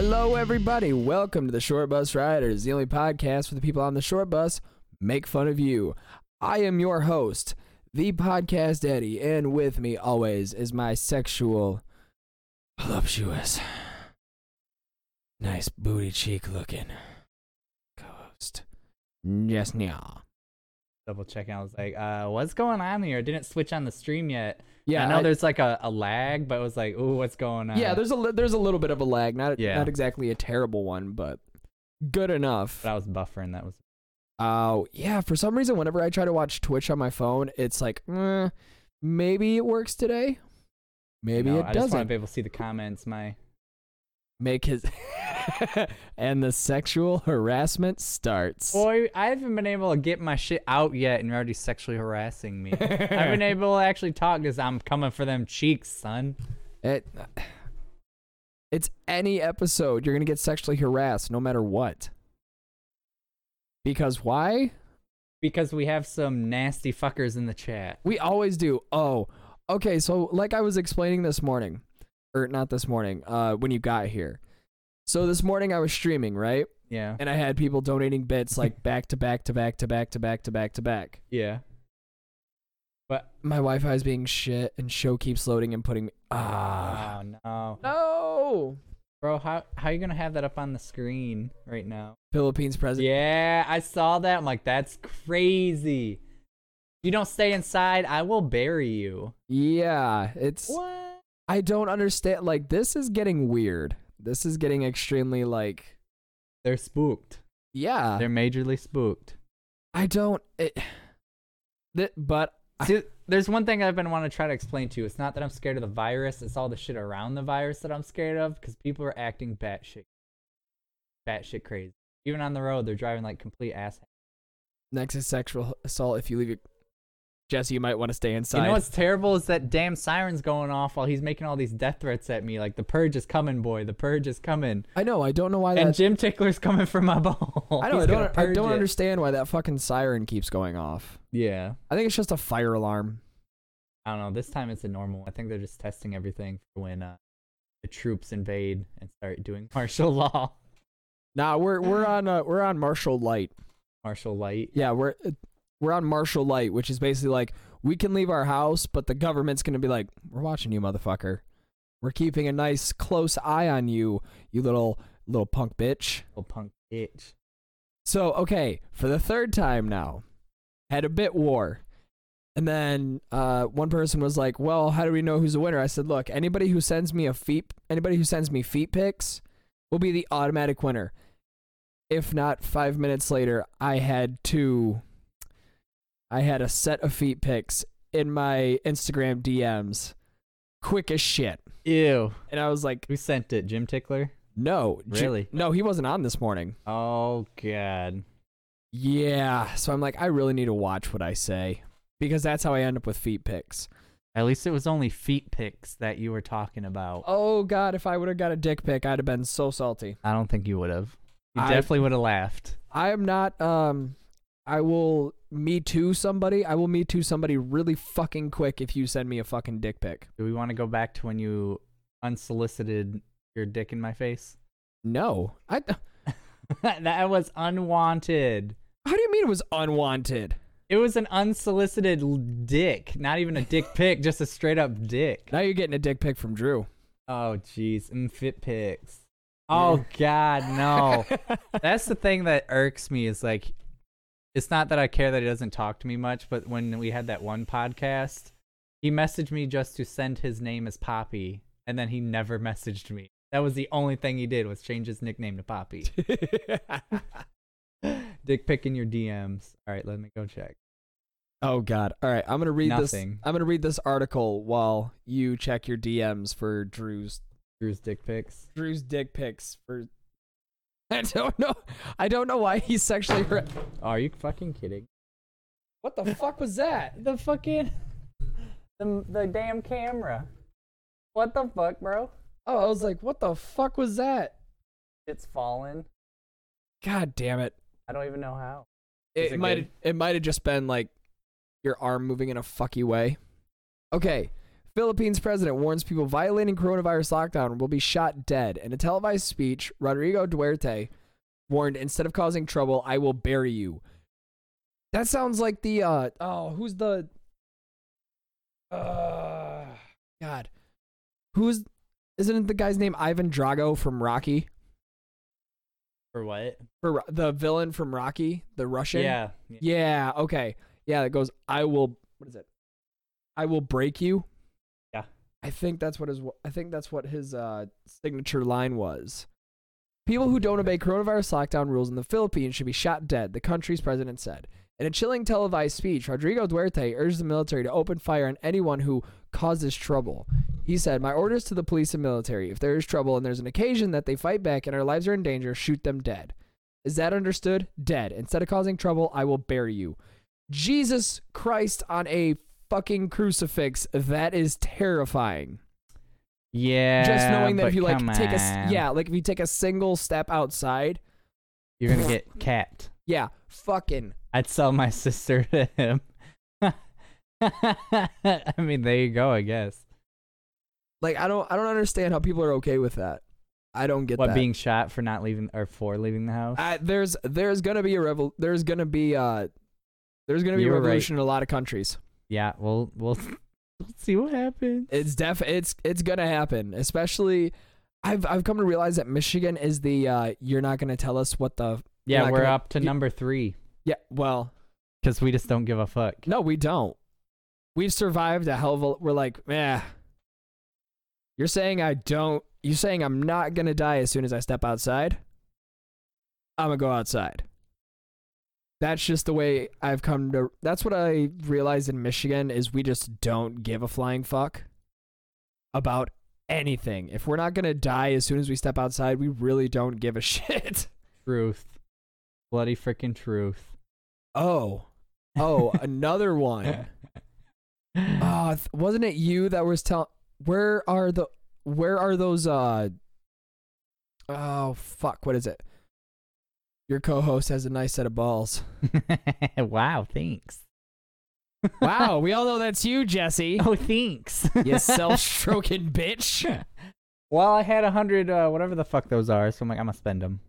everybody. Welcome to the Short Bus Riders, the only podcast where the people on the short bus make fun of you. I am your host, the podcast Eddie, and with me always is my sexual, voluptuous, nice booty cheek looking co-host, Jess Nya. double check and I was like, uh, what's going on here? I didn't switch on the stream yet. Yeah, I know I- there's like a, a lag, but it was like, ooh, what's going on? Yeah, there's a li- there's a little bit of a lag, not Yeah. not exactly a terrible one, but good enough. but I was buffering. That was Oh, yeah. For some reason, whenever I try to watch Twitch on my phone, it's like, eh, maybe it works today. Maybe no, it I just want to doesn't. be able to see the comments. My Make his. and the sexual harassment starts. boy, I haven't been able to get my shit out yet, and you're already sexually harassing me. I've been able to actually talk because I'm coming for them cheeks, son. It, it's any episode. You're going to get sexually harassed no matter what. Because why? Because we have some nasty fuckers in the chat. We always do. Oh, okay. So, like I was explaining this morning, or not this morning, uh, when you got here. So, this morning I was streaming, right? Yeah, and I had people donating bits like back to back to back to back to back to back to back. yeah. But My Wi-Fi is being shit, and show keeps loading and putting me. Ah, oh no, no! bro, how how you gonna have that up on the screen right now? Philippines president. Yeah, I saw that. I'm like, that's crazy. You don't stay inside, I will bury you. Yeah, it's. What? I don't understand. Like this is getting weird. This is getting extremely like. They're spooked. Yeah, They're majorly spooked. I don't. It. Th- but See, there's one thing I've been wanting to try to explain to you. It's not that I'm scared of the virus, it's all the shit around the virus that I'm scared of because people are acting batshit, batshit crazy. Even on the road, they're driving like complete ass. next is sexual assault. If you leave your. Jesse, you might want to stay inside. You know what's terrible is that damn siren's going off while he's making all these death threats at me. Like, the purge is coming, boy. The purge is coming. I know. I don't know why and that. Jim Tickler's coming from my ball. I don't. I don't, I don't understand why that fucking siren keeps going off. Yeah. I think it's just a fire alarm. I don't know. This time it's a normal. I think they're just testing everything for when uh, the troops invade and start doing martial law, Nah, we're we're on uh, we're on martial light. martial light. Yeah, we're uh, we're on martial light, which is basically like we can leave our house, but the government's gonna be like, we're watching you, motherfucker. We're keeping a nice close eye on you, you little little punk bitch. Little punk bitch. So okay, for the third time now, had a bit war, and then uh, one person was like, "Well, how do we know who's the winner?" I said, "Look, anybody who sends me a feet, anybody who sends me feet pics, will be the automatic winner." If not, five minutes later, I had two. I had a set of feet pics in my Instagram DMs, quick as shit, Ew. and I was like, Who sent it? Jim Tickler? "No, Ju- Really? no, he wasn't on this morning." Oh god. Yeah. So I'm like, I really need to watch what I say because that's how I end up with feet pics. At least it was only feet pics that you were talking about. Oh God, if I would have got a dick pic, I'd have been so salty. I don't think you would have. You I- definitely would have laughed. I am not. Um, I will me too somebody. I will me too somebody really fucking quick if you send me a fucking dick pic. Do we want to go back to when you unsolicited your dick in my face? No. I. that was unwanted. How do you mean it was unwanted? It was an unsolicited l- dick, not even a dick pic, just a straight up dick. Now you're getting a dick pic from Drew. Oh jeez, mm, fit pics. Oh god, no. That's the thing that irks me is like it's not that I care that he doesn't talk to me much, but when we had that one podcast, he messaged me just to send his name as Poppy, and then he never messaged me. That was the only thing he did was change his nickname to Poppy. dick pic in your DMs. All right, let me go check. oh God. All right. I'm gonna read this. Nothing. I'm gonna read this article while you check your DMs for Drew's Drew's dick pics. Drew's dick pics for. I don't know. I don't know why he's sexually. Ra- Are you fucking kidding? what the fuck was that? The fucking the the damn camera. What the fuck, bro? Oh, I was like, what the fuck was that? It's fallen. God damn it! I don't even know how. Is It, it might. It might have just been like your arm moving in a fucky way. Okay, Philippines president warns people violating coronavirus lockdown will be shot dead. In a televised speech, Rodrigo Duarte warned, "Instead of causing trouble, I will bury you." That sounds like the uh oh, who's the uh God, who's isn't it the guy's name Ivan Drago from Rocky Or what? for Ro- the villain from Rocky, the Russian? Yeah. yeah. Yeah, okay. Yeah, that goes, I will what is it? I will break you. Yeah. I think that's what his I think that's what his uh signature line was. People who don't obey coronavirus lockdown rules in the Philippines should be shot dead, the country's president said. In a chilling televised speech, Rodrigo Duarte urged the military to open fire on anyone who causes trouble. He said, My orders to the police and military if there is trouble and there's an occasion that they fight back and our lives are in danger, shoot them dead. Is that understood? Dead. Instead of causing trouble, I will bury you. Jesus Christ on a fucking crucifix. That is terrifying. Just knowing that but if you like come take a on. s- yeah, like if you take a single step outside, you're gonna get capped. yeah, fucking I'd sell my sister to him. I mean, there you go. I guess like I don't I don't understand how people are okay with that. I don't get what that. being shot for not leaving or for leaving the house. I, there's there's gonna be a revol there's gonna be uh there's gonna be You a were right. revolution in a lot of countries. yeah, we'll we'll we'll see what happens. It's def it's it's gonna happen. Especially I've I've come to realize that Michigan is the uh you're not gonna tell us what the Yeah, not we're gonna- up to you- number three Yeah, well, because we just don't give a fuck. no, we don't. We've survived a hell of a we're like, eh. You're saying I don't you're saying I'm not gonna die as soon as I step outside? I'm gonna go outside. That's just the way I've come to that's what I realized in Michigan is we just don't give a flying fuck about anything. If we're not gonna die as soon as we step outside, we really don't give a shit. Truth, bloody freaking truth. Oh. Oh, another one. Uh, th- wasn't it you that was telling where are the where are those uh Oh fuck, what is it? Your co-host has a nice set of balls. wow, thanks. Wow, we all know that's you, Jesse. oh, thanks. You self-stroking bitch. Well, I had a hundred, uh, whatever the fuck those are. So I'm like, I'm gonna spend them.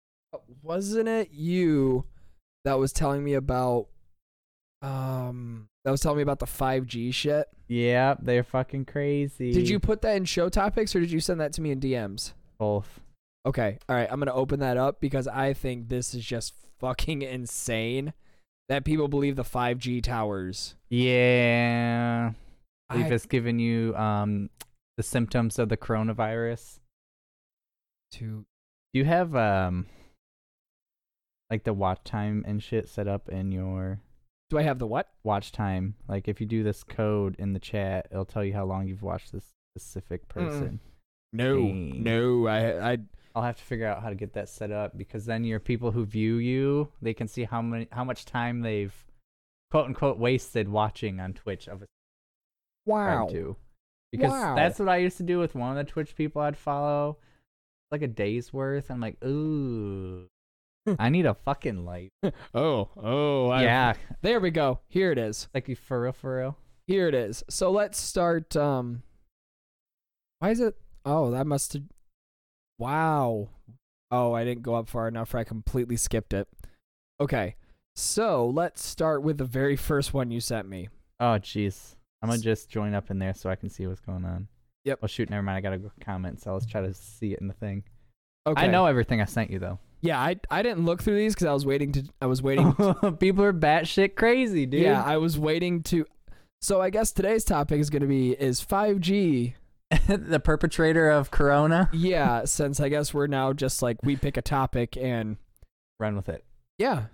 Wasn't it you that was telling me about um that was telling me about the 5G shit? Yep, they're fucking crazy. Did you put that in show topics or did you send that to me in DMs? both? Okay. All right. I'm going to open that up because I think this is just fucking insane that people believe the 5G towers. Yeah, they've I- just given you um the symptoms of the coronavirus. to Do you have um like the watch time and shit set up in your Do I have the what? watch time? Like if you do this code in the chat, it'll tell you how long you've watched this specific Hmm. person. No. Dang. No. I I I'll have to figure out how to get that set up because then your people who view you, they can see how many how much time they've quote unquote wasted watching on Twitch of a wow. subscribe to. Because Wow. that's what I used to do with one of the Twitch people I'd follow. Like a day's worth. I'm like, ooh. I need a fucking life. Oh. Oh. Hmm. yeah. There we go. Here it is. Like you for real for real. Here it is. So let's start um Why is it Oh, that must have Wow. Oh, I didn't go up far enough. I completely skipped it. Okay. So, let's start with the very first one you sent me. Oh jeez. I'm gonna just join up in there so I can see what's going on. Yep. Oh shoot, never mind. I gotta go comment, so let's try to see it in the thing. Okay. I know everything I sent you though. Yeah, I I didn't look through these because I was waiting to. I was waiting. People are batshit crazy, dude. Yeah, I was waiting to. So I guess today's topic is going to be is 5G. the perpetrator of Corona. Yeah, since I guess we're now just like we pick a topic and Run with it. yeah,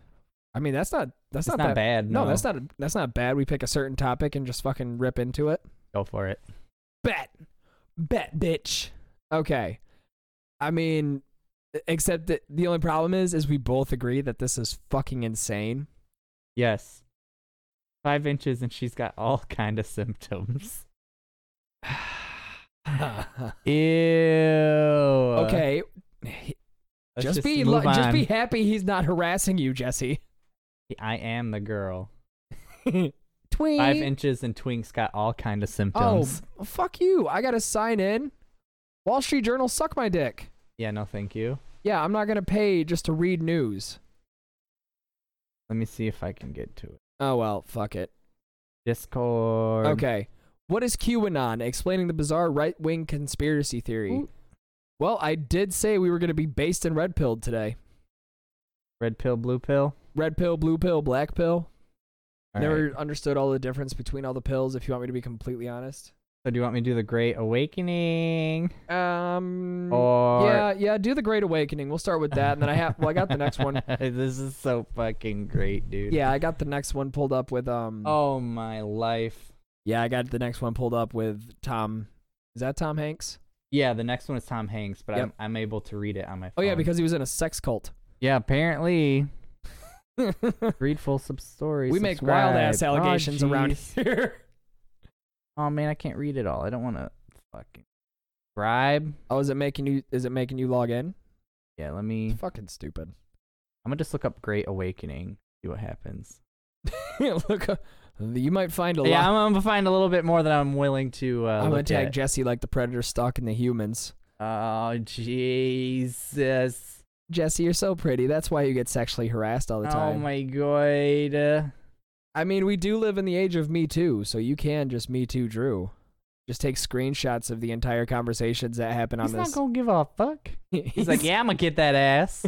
I mean that's not that's It's not, not, that bad. No, that's not that's not bad. We pick a certain topic and just fucking rip into it. Go for it. Bet, bet, bitch. Okay, I mean, e, except that the only problem is is we both agree that this is fucking insane. Yes. Five inches, and she's got all kind of symptoms. Ew. Okay. okay, just, be lu- just be happy he's not harassing you, Jesse. I am the girl. Twink. Five inches and Twinks got all kind of Oh, symptoms. f- fuck you. I got to sign in. Wall Street Journal, suck my dick. Yeah, no, thank you. Yeah, I'm not going to pay just to read news. Let me see if I can get to it. Oh, well, fuck it. Discord. Okay. What is QAnon? Explaining the bizarre right wing conspiracy theory. Ooh. Well, I did say we were going to be based and red pilled today. Red pill, blue pill. Red pill, blue pill, black pill. All Never right. understood all the difference between all the pills, if you want me to be completely honest. So do you want me to do the Great Awakening Um. or yeah, yeah, do the Great Awakening. We'll start with that. And then I have, well, I got the next one. this is so fucking great, dude. Yeah, I got the next one pulled up with, um, Oh my life. Yeah, I got the next one pulled up with Tom. Is that Tom Hanks? Yeah, the next one is Tom Hanks, but Yep. I'm I'm able to read it on my phone. Oh yeah, because he was in a sex cult. yeah, apparently we read full sub story. make wild ass subscribe. Oh, allegations around jeez. here. Oh man, I can't read it all. I don't want to fucking subscribe. Oh, is it making you? Is it making you log in? Yeah, let me. It's fucking stupid. I'm gonna just look up Great Awakening. See what happens. Look, uh, you might find a yeah, lot. I'm, I'm gonna find a little bit more that I'm willing to. Uh, I'm, gonna look tag at. Jesse like the predator stalking the humans. Oh Jesus! Jesse, you're so pretty. That's why you get sexually harassed all the Oh time. my god! I mean, we do live in the age of Me Too, so you can just Me Too Drew. Just take screenshots of the entire conversations that happen He's on not this. gonna give a fuck. He's like, yeah, I'm gonna get that ass.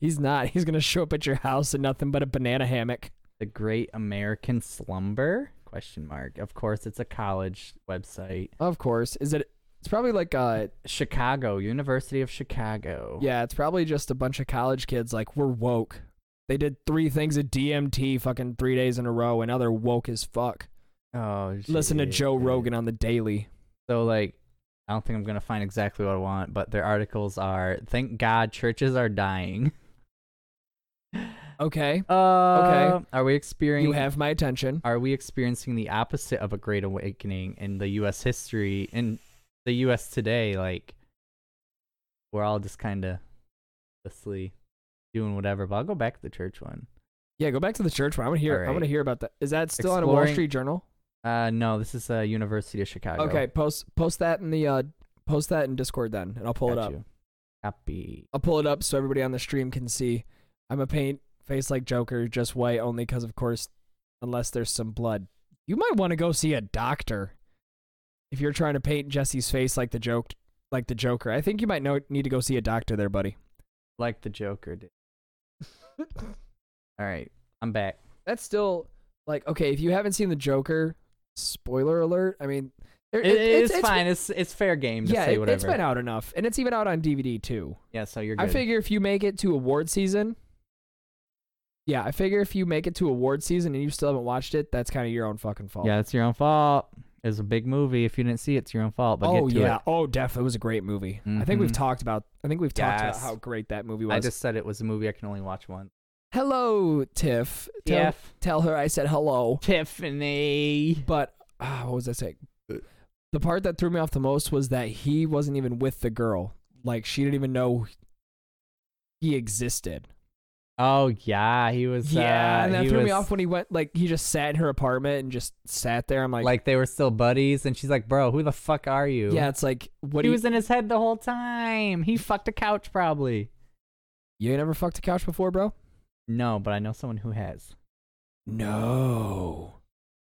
He's not. He's gonna show up at your house in nothing but a banana hammock. the Great American Slumber? Question mark. Of course, it's a college website. Of course. Is it? It's probably like uh, Chicago, University of Chicago. yeah. It's probably just a bunch of college kids. Like we're woke. They did three things at DMT, fucking three days in a row, and now they're woke as fuck. Oh, Listen to geez. Joe Rogan on the daily. So like, I don't think I'm gonna find exactly what I want, but their articles are: Thank God churches are dying. Okay, Uh, Are we experiencing? you have my attention. are we experiencing the opposite of a great awakening in the U.S. history in the U.S. today? Like, we're all just kind of endlessly doing whatever. But I'll go back to the church one. Yeah, go back to the church one. I want to hear. I Alright. want to hear about that. Is that still on a Wall Exploring- Street Journal? Uh, no, this is uh, University of Chicago. Okay, post post that in the uh, post that in Discord then, and I'll pull it Got up. you. Copy. I'll pull it up so everybody on the stream can see. I'm a paint face like Joker, just white only because, of course, unless there's some blood. You might want to go see a doctor if you're trying to paint Jesse's face like the joke, like the Joker. I think you might know, need to go see a doctor there, buddy. Like the Joker did. All right, I'm back. That's still like okay. If you haven't seen the Joker, spoiler alert. I mean, there- It- it- it's, fine. It's it's fair game to yeah, say it, whatever. it's been out enough, and it's even out on DVD too. yeah, so you're good. I figure if you make it to award season, yeah, I figure if you make it to award season and you still haven't watched it, that's kind of your own fucking fault. yeah, it's your own fault. It was a big movie. If you didn't see it, it's your own fault. But oh get to yeah. it. Oh, definitely. It was a great movie. I think we've Mhm. talked about. I think we've talked about Yes. how great that movie was. I just said it was a movie I can only watch once. hello, Tiff. Tell, Tiff. Tell her I said hello. Tiffany. But ah, what was I saying? The part that threw me off the most was that he wasn't even with the girl. Like she didn't even know he existed. Oh yeah, he was. Yeah, uh, and that he threw me was- off when he went. Like he just sat in her apartment and just sat there. I'm like, Like, they were still buddies, and she's like, "Bro, who the fuck are you?" yeah, it's like what he do you? was in his head the whole time. He fucked a couch probably. you ain't never fucked a couch before, bro? No, but I know someone who has. No.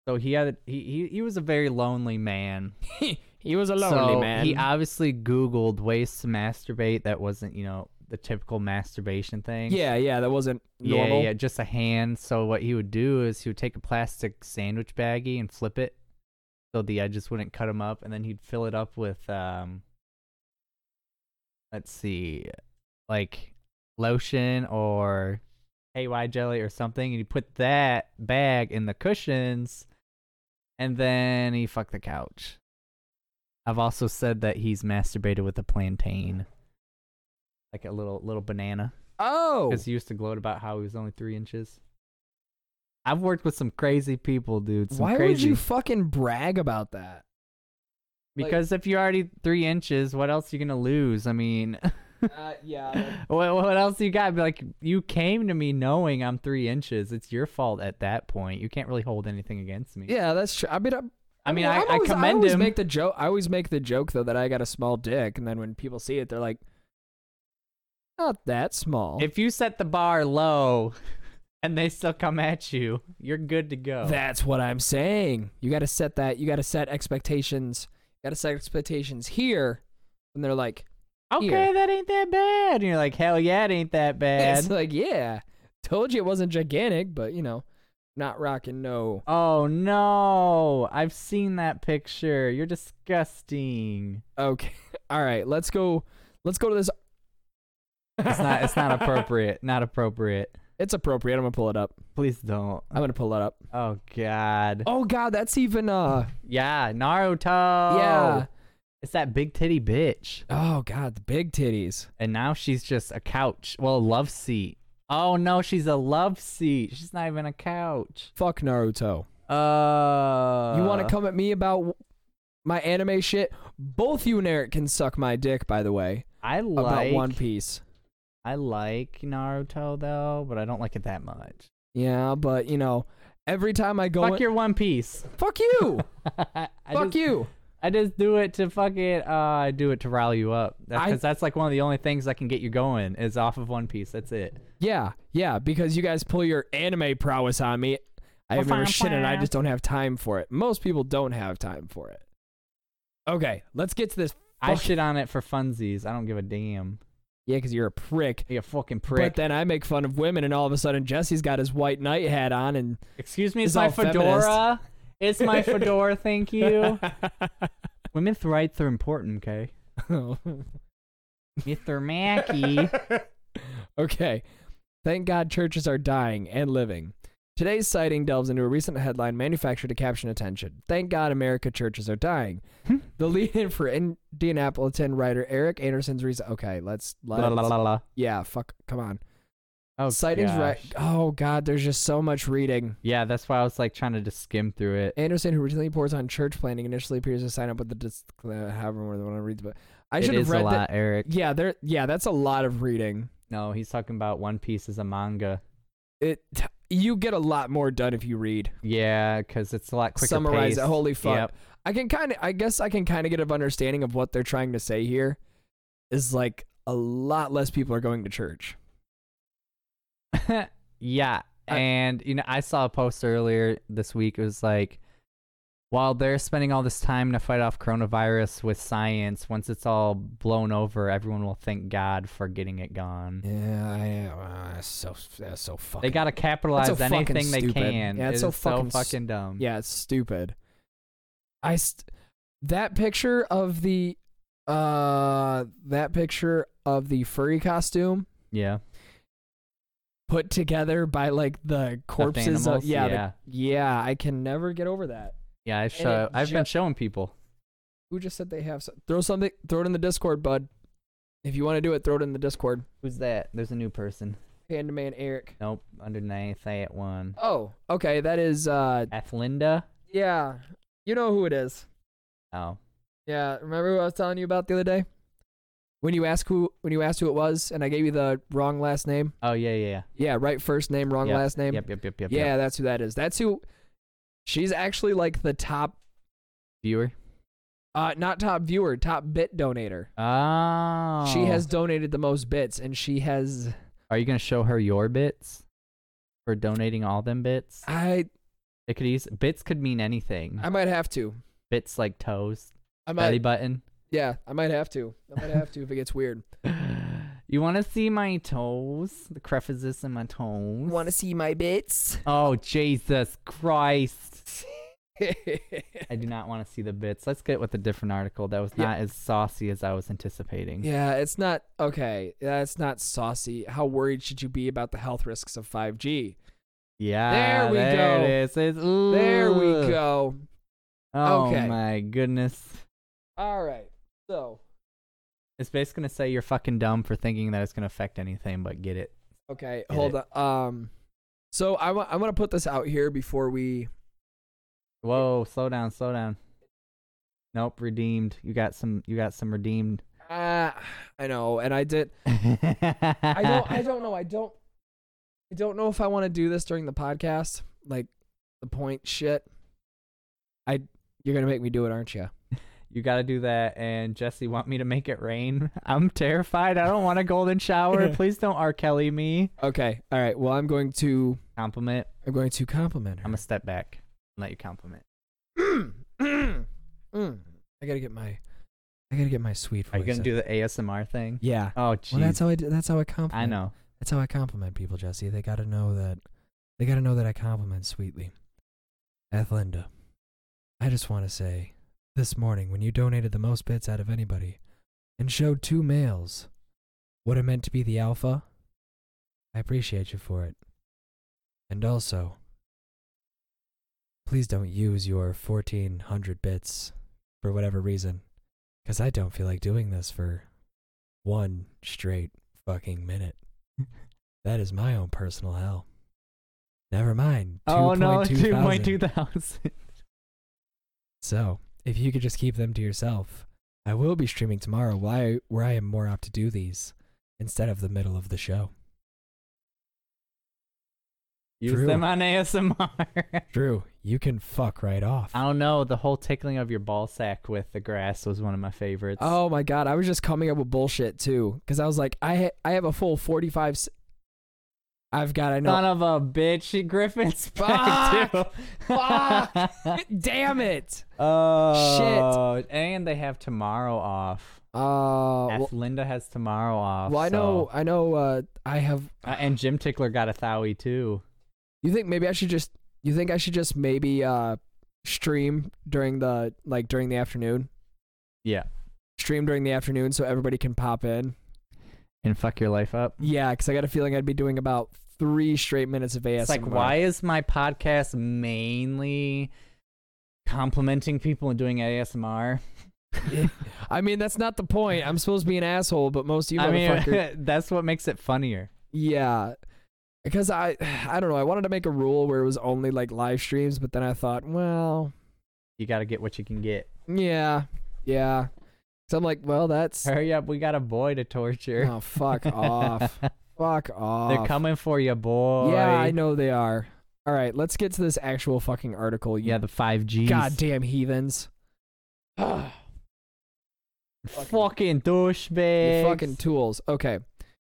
So he had he he, he was a very lonely man. he was a lonely so man. He obviously Googled ways to masturbate that wasn't you know the typical masturbation thing. yeah, yeah, that wasn't Yeah, normal. yeah, just a hand. So what he would do is he would take a plastic sandwich baggie and flip it, so the edges wouldn't cut him up, and then he'd fill it up with um, let's see, like lotion or KY jelly or something, and he put that bag in the cushions, and then he fucked the couch. I've also said that he's masturbated with a plantain, like a little little banana Oh, because he used to gloat about how he was only three inches. I've worked with some crazy people, dude. Some why would crazy- you fucking brag about that? Because if you're already three inches, what else are you gonna lose? I mean, Uh, yeah. What, what else you got? Be Like you came to me knowing I'm three inches. It's your fault at that point. You can't really hold anything against me. Yeah, that's true. I mean, I, I mean, I'm I, always, I commend always him. Make the joke. I always make the joke though that I got a small dick, and then when people see it, they're like, "Not that small." if you set the bar low, and they still come at you, you're good to go. That's what I'm saying. You got to set that. You got to set expectations. You got to set expectations here, and they're like, okay, here. that ain't that bad. And you're like, hell yeah, it ain't that bad. "It's like, yeah, told you it wasn't gigantic, but you know, not rocking no." Oh no, I've seen that picture. You're disgusting. Okay, all right. Let's go. Let's go to this. It's not. It's not appropriate. Not appropriate. It's appropriate. I'm gonna pull it up. Please don't. I'm gonna pull it up. Oh God. Oh God, that's even uh. Yeah, Naruto. Yeah. It's that big titty bitch. Oh God, the big titties. And now she's just a couch. Well, a love seat. Oh no, she's a love seat. She's not even a couch. Fuck Naruto. Uh. you want to come at me about w- my anime shit? Both you and Eric can suck my dick, by the way. I About like. One Piece. I like Naruto though, but I don't like it that much. Yeah, but you know, every time I go, Fuck in- your One Piece. fuck you, I fuck just- you. I just do it to fuck it. Uh, I do it to rile you up. That's I- because that's like one of the only things that can get you going is off of One Piece. That's it. Yeah, yeah, because you guys pull your anime prowess on me. I Wah, remember wah, shit, and I wah. just don't have time for it. Most people don't have time for it. Okay, let's get to this. I Fuck. shit on it for funsies. I don't give a damn. Yeah, because you're a prick. You fucking prick. But then I make fun of women, and all of a sudden Jesse's got his white knight hat on, and Excuse me, It's it's my all feminist. fedora. It's my fedora. Thank you. Women's rights are important. Okay, Mr. Mackey. okay. Thank God churches are dying and living. Today's sighting delves into a recent headline manufactured to caption attention. Thank God America churches are dying. the lead in for Indianapolitan writer Eric Anderson's recent. Okay, let's. let's la, la, la, la. Yeah, fuck. Come on. Oh, Sightings right. gosh. Oh, God, there's just so much reading. Yeah, that's why I was like trying to just skim through it. Anderson, who recently pours on church planning, initially appears to sign up with the. Dis- uh, however, when I want to read the book. I it should is have read a that. lot, Eric. Yeah, there. Yeah, that's a lot of reading. No, he's talking about One Piece as a manga. It you get a lot more done if you read. Yeah, because it's a lot quicker. Summarize it. pace. Holy fuck. Yep. I can kind of. I guess I can kind of get an understanding of what they're trying to say here. Is like a lot less people are going to church. yeah. I- and, you know, I saw a post earlier this week. It was like, while they're spending all this time to fight off coronavirus with science, once it's all blown over, everyone will thank God for getting it gone. Yeah, I, uh, so that's so fucking. They got to capitalize fucking anything they stupid. can. Yeah, It it's so is fucking s- fucking dumb. Yeah, it's stupid. I st- that picture of the uh that picture of the furry costume Yeah. put together by like the Stuffed corpses of animals, yeah the- uh, yeah. yeah I can never get over that. yeah, I've, it show, I've been ju- showing people. Who just said they have some? Throw something. Throw it in the Discord, bud. If you want to do it, throw it in the Discord. Who's that? There's a new person. Pandaman Eric. Nope. Underneath that one. Oh, okay. That is. uh Athlinda? Yeah, you know who it is. Oh. Yeah, remember who I was telling you about the other day? When you asked who, when you asked who it was, and I gave you the wrong last name. Oh, yeah, yeah, yeah. Yeah, right first name, wrong Yep, last name. Yep, yep, yep, yep. yeah, Yep. that's who that is. That's who. She's actually like the top, Viewer? uh, not top viewer, top bit donator. Oh. She has donated the most bits, and she has Are you gonna show her your bits for donating all them bits? I It could use bits could mean anything. I might have to. bits like toes, I belly might. button. Yeah, I might have to. I might have to if it gets weird. You want to see my toes? The crevices in my toes. Want to see my bits? Oh Jesus Christ! I do not want to see the bits. Let's get with a different article that was Yeah. not as saucy as I was anticipating. yeah, it's not okay. That's not saucy. How worried should you be about the health risks of 5G? Yeah, There we It go. is. It's- There we Ugh. go. Oh Okay. my goodness. All right. So, It's basically gonna say you're fucking dumb for thinking that it's gonna affect anything, but get it. okay, Get hold on. Um so I want I want to put this out here before we Whoa, slow down, slow down. Nope, redeemed. You got some. You got some redeemed. ah, I know. And I did. I don't. I don't know. I don't. I don't know if I want to do this during the podcast. Like the point shit. I. You're gonna make me do it, aren't you? you got to do that. And Jesse, want me to make it rain? I'm terrified. I don't want a golden shower. Please don't R. Kelly me. Okay. All right. Well, I'm going to. Compliment. I'm going to compliment her. I'm gonna step back and let you compliment. Mm, I gotta get my. I gotta get my sweet. Voice Are you gonna up. do the ASMR thing? Yeah. Oh, jeez. Well, that's how I. Do, that's how I compliment. I know. That's how I compliment people, Jesse. They gotta know that they gotta know that I compliment sweetly. Athlinda, I just wanna say, this morning when you donated the most bits out of anybody and showed two males what it meant to be the alpha, I appreciate you for it. And also, please don't use your fourteen hundred bits for whatever reason, 'cause I don't feel like doing this for one straight fucking minute. That is my own personal hell. Never mind. Oh no, 2.2 two point thousand. two thousand. So, if you could just keep them to yourself, I will be streaming tomorrow where I, where I am more apt to do these instead of the middle of the show. Use True. them on ASMR. Drew, you can fuck right off. I don't know. The whole tickling of your ball sack with the grass was one of my favorites. Oh my god, I was just coming up with bullshit too cuz I was like I ha- I have a full 45 s- I've got I know. son of a bitch, Griffin's back too. Fuck! Damn it. oh shit! And they have tomorrow off. Uh well, F. Linda has tomorrow off. well, I know I know uh I have so- Uh, and Jim Tickler got a thowie too. You think maybe I should just you think I should just maybe uh stream during the like during the afternoon? Yeah. Stream during the afternoon so everybody can pop in. And fuck your life up. Yeah, cuz I got a feeling I'd be doing about 3 straight minutes of ASMR. It's like, why is my podcast mainly complimenting people and doing ASMR? I mean, that's not the point. I'm supposed to be an asshole, but most of you I motherfuckers mean, that's what makes it funnier. Yeah. Because I I don't know, I wanted to make a rule where it was only like live streams, but then I thought, well, You got to get what you can get. yeah. Yeah. So I'm like, well, that's Hurry up, we got a boy to torture. Oh, fuck off. Fuck off. They're coming for you, boy. Yeah, I know they are. All right, let's get to this actual fucking article. You Yeah, the five Gs. goddamn heathens. you fucking douchebag. fucking tools. Okay.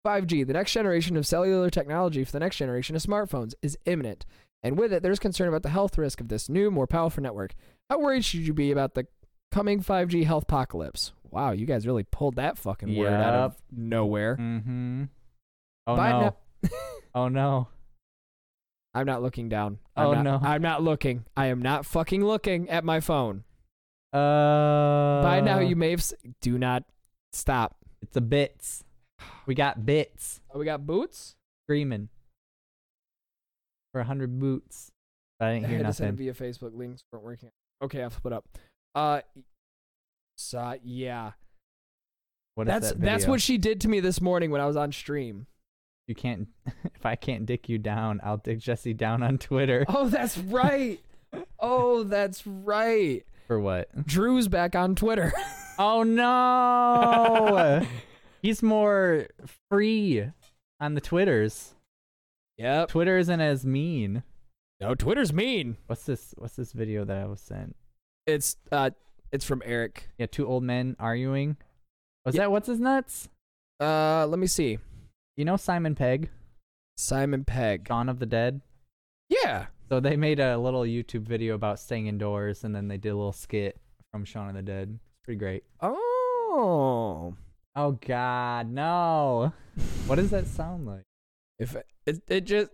5G, the next generation of cellular technology for the next generation of smartphones, is imminent. And with it, there's concern about the health risk of this new, more powerful network. How worried should you be about the coming 5G health apocalypse? Wow, you guys really pulled that fucking word out of nowhere. Mm-hmm. Oh Biden- no! Oh no! I'm not looking down. I'm Oh, not- no. I'm not looking. I am not fucking looking at my phone. Uh. By now, you may have. s- Do not stop. It's a bits. We got bits Oh, we got boots. screaming for a hundred boots. But I I didn't hear had to send nothing. it via Facebook. Links weren't working. Okay, I'll flip it up. Uh, so, yeah, What is that's that that's video? what she did to me this morning when I was on stream. you can't. if I can't dick you down, I'll dick Jesse down on Twitter. Oh, that's right. oh, that's right. For what? Drew's back on Twitter. Oh no! He's more free on the Twitters. yep. Twitter isn't as mean. No, Twitter's mean. What's this? What's this video that I was sent? It's uh, it's from Eric. Yeah, two old men arguing. Was Yeah. that what's his nuts? Uh, let me see. You know Simon Pegg, Simon Pegg. Dawn of the Dead. Yeah. So they made a little YouTube video about staying indoors, and then they did a little skit from Shaun of the Dead. It's pretty great. Oh. Oh God, no! What does that sound like? If it, it, it just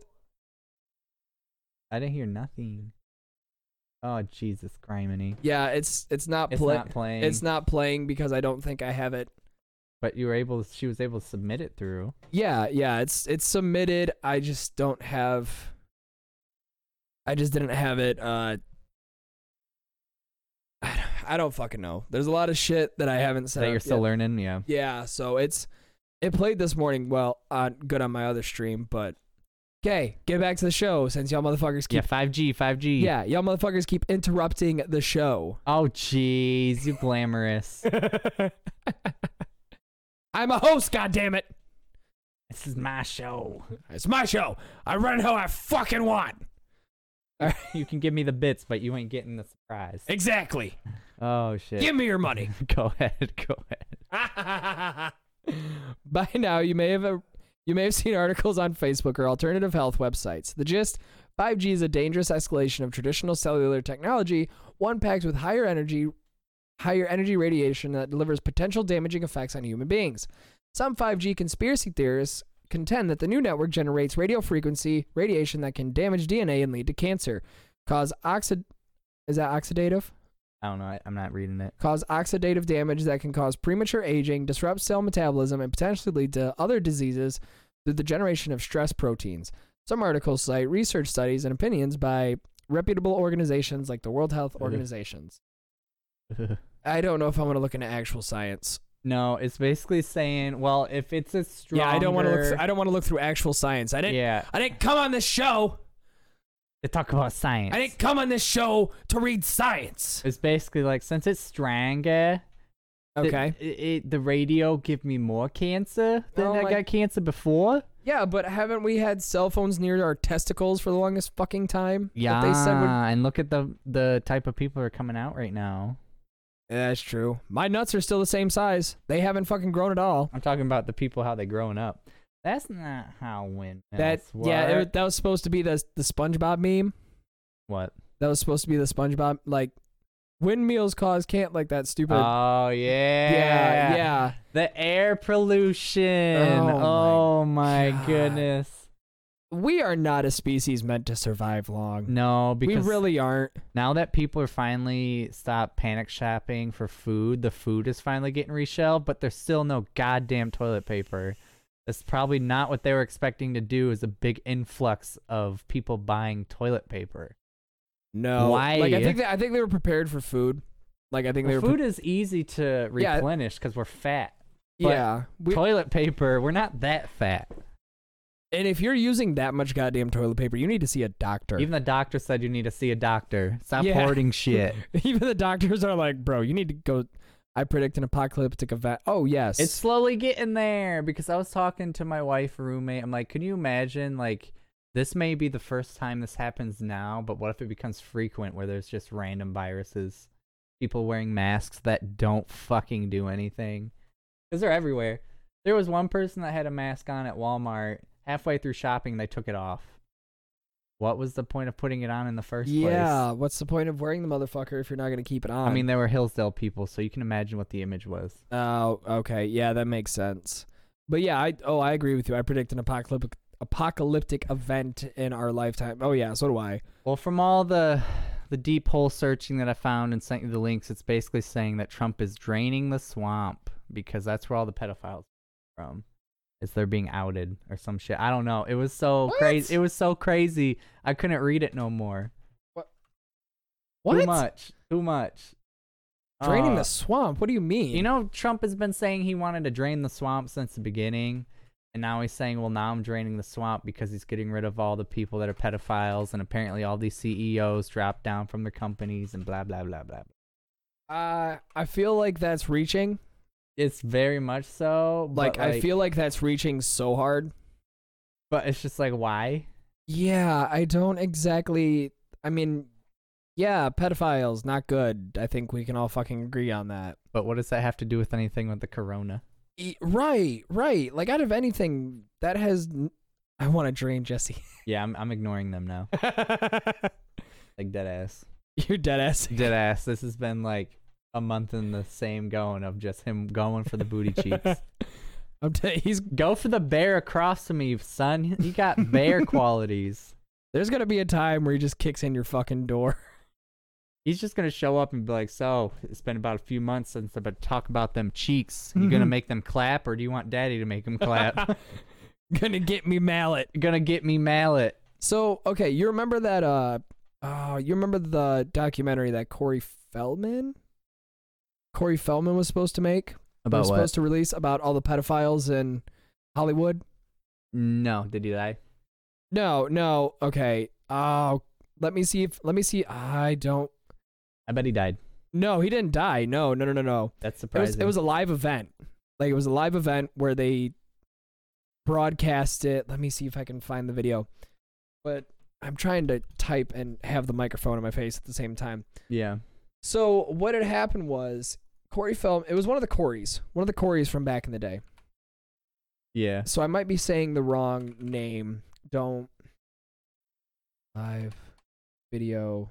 I didn't hear nothing. Oh Jesus, criminy! Yeah, it's it's not It's play- not playing. it's not playing because I don't think I have it. But you were able. She was able to submit it through. Yeah, yeah, it's it's submitted. I just don't have I just didn't have it uh I don't- I don't fucking know. There's a lot of shit that I haven't set that up you're still yet. learning. Yeah. Yeah, so it's it played this morning. Well, on good on my other stream, but okay, get back to the show since y'all motherfuckers Yeah. keep Five G. Five G. yeah y'all motherfuckers keep interrupting the show. Oh jeez, you glamorous. I'm a host, God damn it. This is my show. It's my show. I run how I fucking want. You can give me the bits, but you ain't getting the surprise. Exactly. Oh shit. Give me your money. go ahead. Go ahead. By now, you may have a, you may have seen articles on Facebook or alternative health websites. The gist: 5G is a dangerous escalation of traditional cellular technology, one packed with higher energy, higher energy radiation that delivers potential damaging effects on human beings. Some 5G conspiracy theorists contend that the new network generates radio frequency radiation that can damage DNA and lead to cancer, cause oxid is that oxidative? I don't know. I, I'm not reading it. cause oxidative damage that can cause premature aging, disrupt cell metabolism, and potentially lead to other diseases through the generation of stress proteins. Some articles cite research studies and opinions by reputable organizations like the World Health Ugh. Organizations. I don't know if I want to look into actual science. no, it's basically saying, well, if it's a stronger, Yeah, I don't want to look. Through, I don't want to look through actual science. I didn't. yeah, I didn't come on this show. they talk about science. I didn't come on this show to read science. It's basically like since it's stronger, the- Okay. i- i- the radio give me more cancer than Oh I my- got cancer before. Yeah, but haven't we had cell phones near our testicles for the longest fucking time? Yeah, That they said would and look at the the type of people who are coming out right now. Yeah, That's true. My nuts are still the same size. They haven't fucking grown at all. I'm talking about the people how they growing up. That's not how windmills That work. yeah, it, was- that was supposed to be the the SpongeBob meme. what? That was supposed to be the SpongeBob like windmills cause can't like that stupid. Oh yeah, yeah, yeah. The air pollution. Oh Oh, my, God. goodness. We are not a species meant to survive long. No, we because really aren't. now that people are finally stopped panic shopping for food, the food is finally getting reshelved, but there's still no goddamn toilet paper. That's probably not what they were expecting to do. Is a big influx of people buying toilet paper. No. Why? Like I think that, I think they were prepared for food. Like I think they Well, were. food is easy to Yeah. replenish because we're fat. pre- yeah. We, toilet paper, we're not that fat. and if you're using that much goddamn toilet paper, you need to see a doctor. Even the doctor said you need to see a doctor. Stop Yeah. hoarding shit. Even the doctors are like, bro, you need to go. I predict an apocalyptic event. Oh yes. It's slowly getting there because I was talking to my wife roommate. I'm like, can you imagine like this may be the first time this happens now, but what if it becomes frequent where there's just random viruses, people wearing masks that don't fucking do anything? Because they're everywhere. There was one person that had a mask on at Walmart. Halfway through shopping, they took it off. What was the point of putting it on in the first place? Yeah, what's the point of wearing the motherfucker if you're not gonna keep it on? I mean, they were Hillsdale people, so you can imagine what the image was. oh, okay, yeah, that makes sense. But yeah, I oh, I agree with you. I predict an apocalyptic apocalyptic event in our lifetime. Oh yeah, so do I. Well, from all the the deep hole searching that I found and sent you the links, it's basically saying that Trump is draining the swamp because that's where all the pedophiles are from. Is they're being outed or some shit. I don't know. It was so What? crazy. It was so crazy. I couldn't read it no more. Too much. Too much. Draining Uh, the swamp? What do you mean? You know, Trump has been saying he wanted to drain the swamp since the beginning. And now he's saying, well, now I'm draining the swamp because he's getting rid of all the people that are pedophiles. And apparently, all these CEOs dropped down from their companies and blah, blah, blah, blah. uh, I feel like that's reaching. It's very much so. but, Like, I feel like that's reaching so hard. But it's just like, why? Yeah, I don't exactly. I mean, yeah, pedophiles not good. I think we can all fucking agree on that. But what does that have to do with anything with the corona? E- Right, right. Like out of anything that has, n- I want to drain Jesse. Yeah, I'm, I'm ignoring them now. Like, dead ass. You're dead ass. Dead ass. This has been like a month in the same going of just him going for the booty cheeks. I'm t- he's Go for the bear across from me, son. You got bear qualities. there's gonna be a time where he just kicks in your fucking door. He's just gonna show up and be like, "So it's been about a few months since I've been talking about them cheeks. You gonna Mhm. make them clap, or do you want Daddy to make them clap? Gonna get me mallet. You're gonna get me mallet." So okay, you remember that? Uh, uh, you remember the documentary that Corey Feldman, Corey Feldman was supposed to make? About was what? supposed to release about all the pedophiles in Hollywood? No, did he die? No, no. Okay. Oh, let me see if let me see. I don't. I bet he died. No, he didn't die. No, no, no, no, no. That's It was, surprising. it was a live event. Like it was a live event where they broadcast it. Let me see if I can find the video. But I'm trying to type and have the microphone in my face at the same time. Yeah. So what had happened was Corey Feldman. It was one of the Coreys, one of the Coreys from back in the day. Yeah. So I might be saying the wrong name. Don't live video.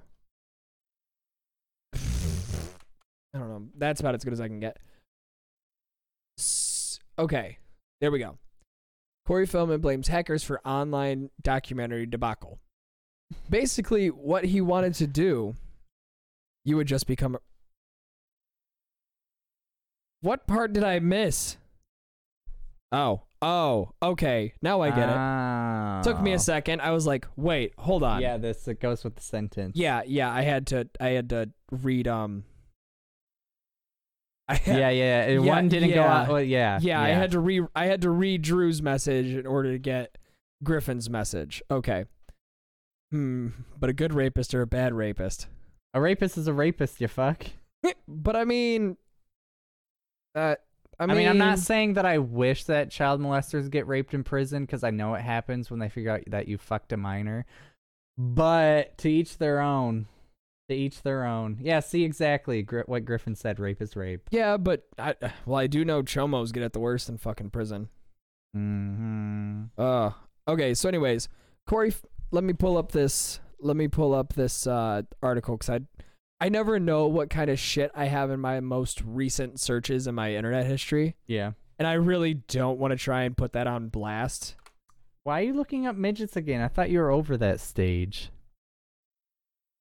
I don't know. That's about as good as I can get. S- okay, there we go. Corey Feldman blames hackers for online documentary debacle. Basically, what he wanted to do, you would just become. A- what part did I miss? Oh, oh, okay. Now I get it. Took me a second. I was like, wait, hold on. Oh. Yeah, this it goes with the sentence. Yeah, yeah, I had to I had to read um I had, Yeah, yeah. It, Yeah, one didn't go yeah. out. Well, yeah. yeah, I had to re I had to read Drew's message in order to get Griffin's message. Okay. Hmm, but a good rapist or a bad rapist. A rapist is a rapist, you fuck. but I mean uh, I I mean mean, I am not saying that I wish that child molesters get raped in prison because I know it happens when they figure out that you fucked a minor. But to each their own. To each their own. Yeah, see exactly gri- what Griffin said. Rape is rape. Yeah, but I well I do know chomos get at the worst in fucking prison. Mm-hmm. Uh okay, so anyways, Corey F- let me pull up this let me pull up this uh article cuz I I never know what kind of shit I have in my most recent searches in my internet history, Yeah. and I really don't want to try and put that on blast. Why are you looking up midgets again? I thought you were over that stage.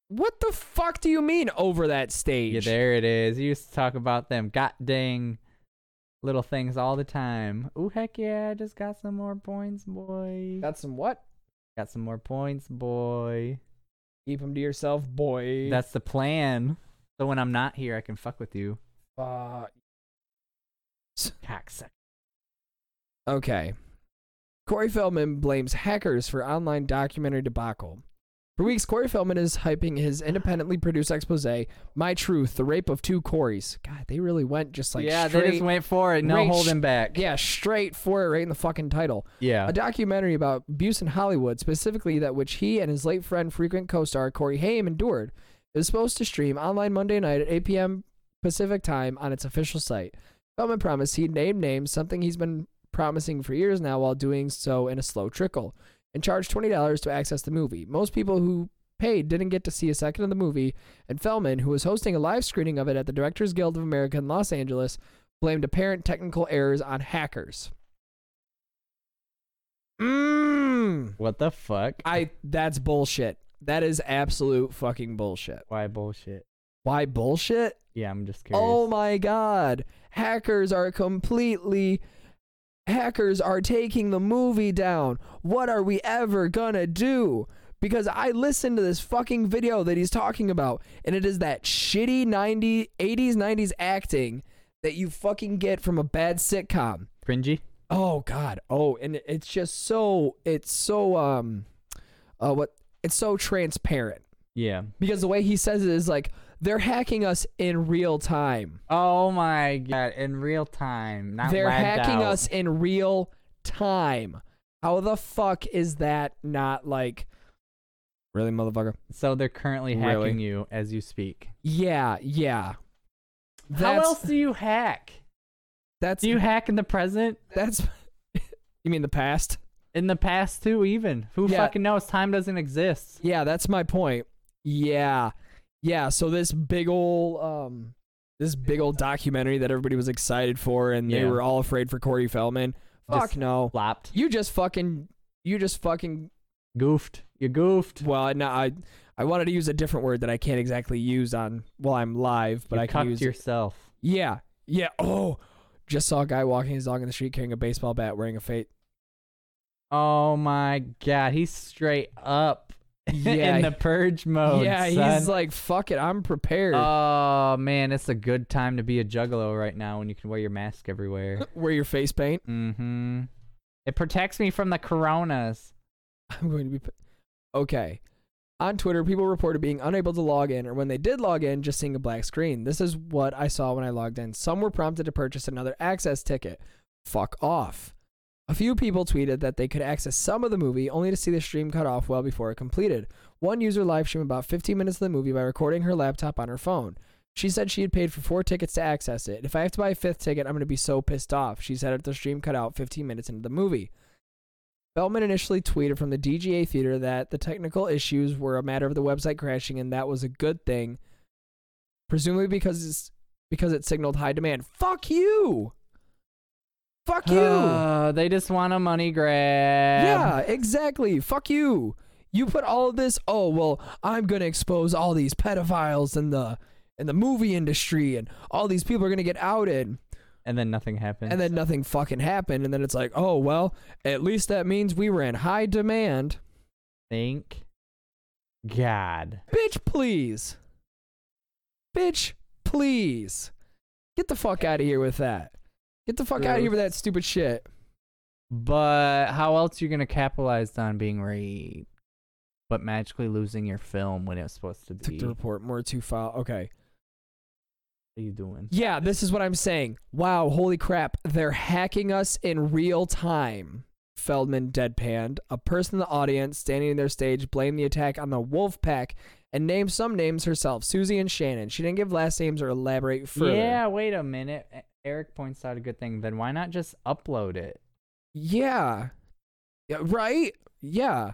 What the fuck do you mean over that Yeah, stage? there it is. You used to talk about them god dang little things all the time. Ooh, heck yeah, I just got some more points, boy. Got some what? Got some more points, boy. Keep them to yourself, boy. That's the plan. So when I'm not here, I can fuck with you. uh, Cocksuck. Okay. Corey Feldman blames hackers for online documentary debacle. For weeks, Corey Feldman is hyping his independently produced expose, My Truth, The Rape of Two Corys. God, they really went just like yeah, straight. they just went for it. No reach- holding back. yeah, straight for it right in the fucking title. Yeah. A documentary about abuse in Hollywood, specifically that which he and his late friend, frequent co star Corey Haim endured. It was supposed to stream online Monday night at 8 p.m. Pacific time on its official site. Feldman promised he'd name names, something he's been promising for years now while doing so in a slow trickle, and charge $20 to access the movie. Most people who paid didn't get to see a second of the movie, and Feldman, who was hosting a live screening of it at the Directors Guild of America in Los Angeles, blamed apparent technical errors on hackers. Mmm. What the fuck? I that's bullshit. That is absolute fucking bullshit. Why bullshit? Why bullshit? Yeah, I'm just curious. Oh my god. Hackers are completely hackers are taking the movie down. What are we ever gonna do? Because I listened to this fucking video that he's talking about and it is that shitty 90 80s 90s acting that you fucking get from a bad sitcom. Cringy. Oh God. Oh, and it- it's just so it's so um, uh, what it's so transparent Yeah. because the way he says it is like they're hacking us in real time. Oh my god! In real time, not they're lagged hacking out. us in real time. How the fuck is that not like really, motherfucker? So they're currently hacking Really? you as you speak. Yeah, yeah. How That's, else do you hack? That's Do you hack in the present? that's. you mean the past? In the past too, even? Who Yeah. fucking knows? Time doesn't exist. Yeah, that's my point. Yeah. Yeah, so this big ol' um this big old documentary that everybody was excited for and they Yeah. were all afraid for Corey Feldman. Fuck Just no. Flopped. You just fucking you just fucking Goofed. You goofed. well, no, I I wanted to use a different word that I can't exactly use on while I'm live, but you I can cucked use yourself. Yeah. Yeah. Oh, just saw a guy walking his dog in the street carrying a baseball bat wearing a fate. Oh my god, he's straight up Yeah. in the purge mode. yeah, Oh, son. he's like, fuck it, I'm prepared. Oh man, it's a good time to be a juggalo right now when you can wear your mask everywhere. Wear your face paint. mm-hmm. It protects me from the coronas. I'm going to be. p- Okay. On Twitter, people reported being unable to log in, or when they did log in, just seeing a black screen. This is what I saw when I logged in. Some were prompted to purchase another access ticket. Fuck off. A few people tweeted that they could access some of the movie only to see the stream cut off well before it completed. One user live streamed about 15 minutes of the movie by recording her laptop on her phone. She said she had paid for four tickets to access it. If I have to buy a fifth ticket, I'm going to be so pissed off, she said at the stream cut out 15 minutes into the movie. Bellman initially tweeted from the DGA Theater that the technical issues were a matter of the website crashing and that was a good thing, presumably because, it's, because it signaled high demand. Fuck you! Fuck you! Uh, they just want a money grab. Yeah, exactly. Fuck you. You put all of this. Oh well, I'm gonna expose all these pedophiles in the in the movie industry, and all these people are gonna get outed. And then nothing happens. And then nothing fucking happened. And then it's like, oh well, at least that means we were in high demand. Thank God. Bitch, please. Bitch, please. Get the fuck out of here with that. Get the fuck out of here with that stupid shit. But how else are you gonna capitalize on being right? But magically losing your film when it was supposed to Took be. the What report more to file. Okay. are you doing? Yeah, this is what I'm saying. Wow, holy crap. They're hacking us in real time. Feldman deadpanned. A person in the audience standing in their stage blamed the attack on the wolf pack and named some names herself Susie and Shannon. She didn't give last names or elaborate further. Yeah. Wait a minute. E- Eric points out a good thing. Then why not just upload it? Yeah. Yeah, Right? Yeah.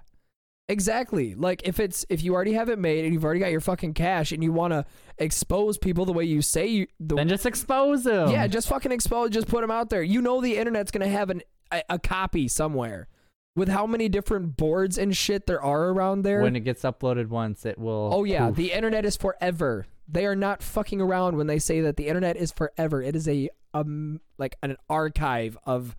Exactly. Like if it's if you already have it made and you've already got your fucking cash and you want to expose people the way you say you the Then just expose them. Yeah, just fucking expose. Just put them out there. You know the internet's gonna have an a, a copy somewhere. With how many different boards and shit there are around there. when it gets uploaded once, it will. oh yeah, poof. the internet is forever. They are not fucking around when they say that the internet is forever. It is a um like an archive of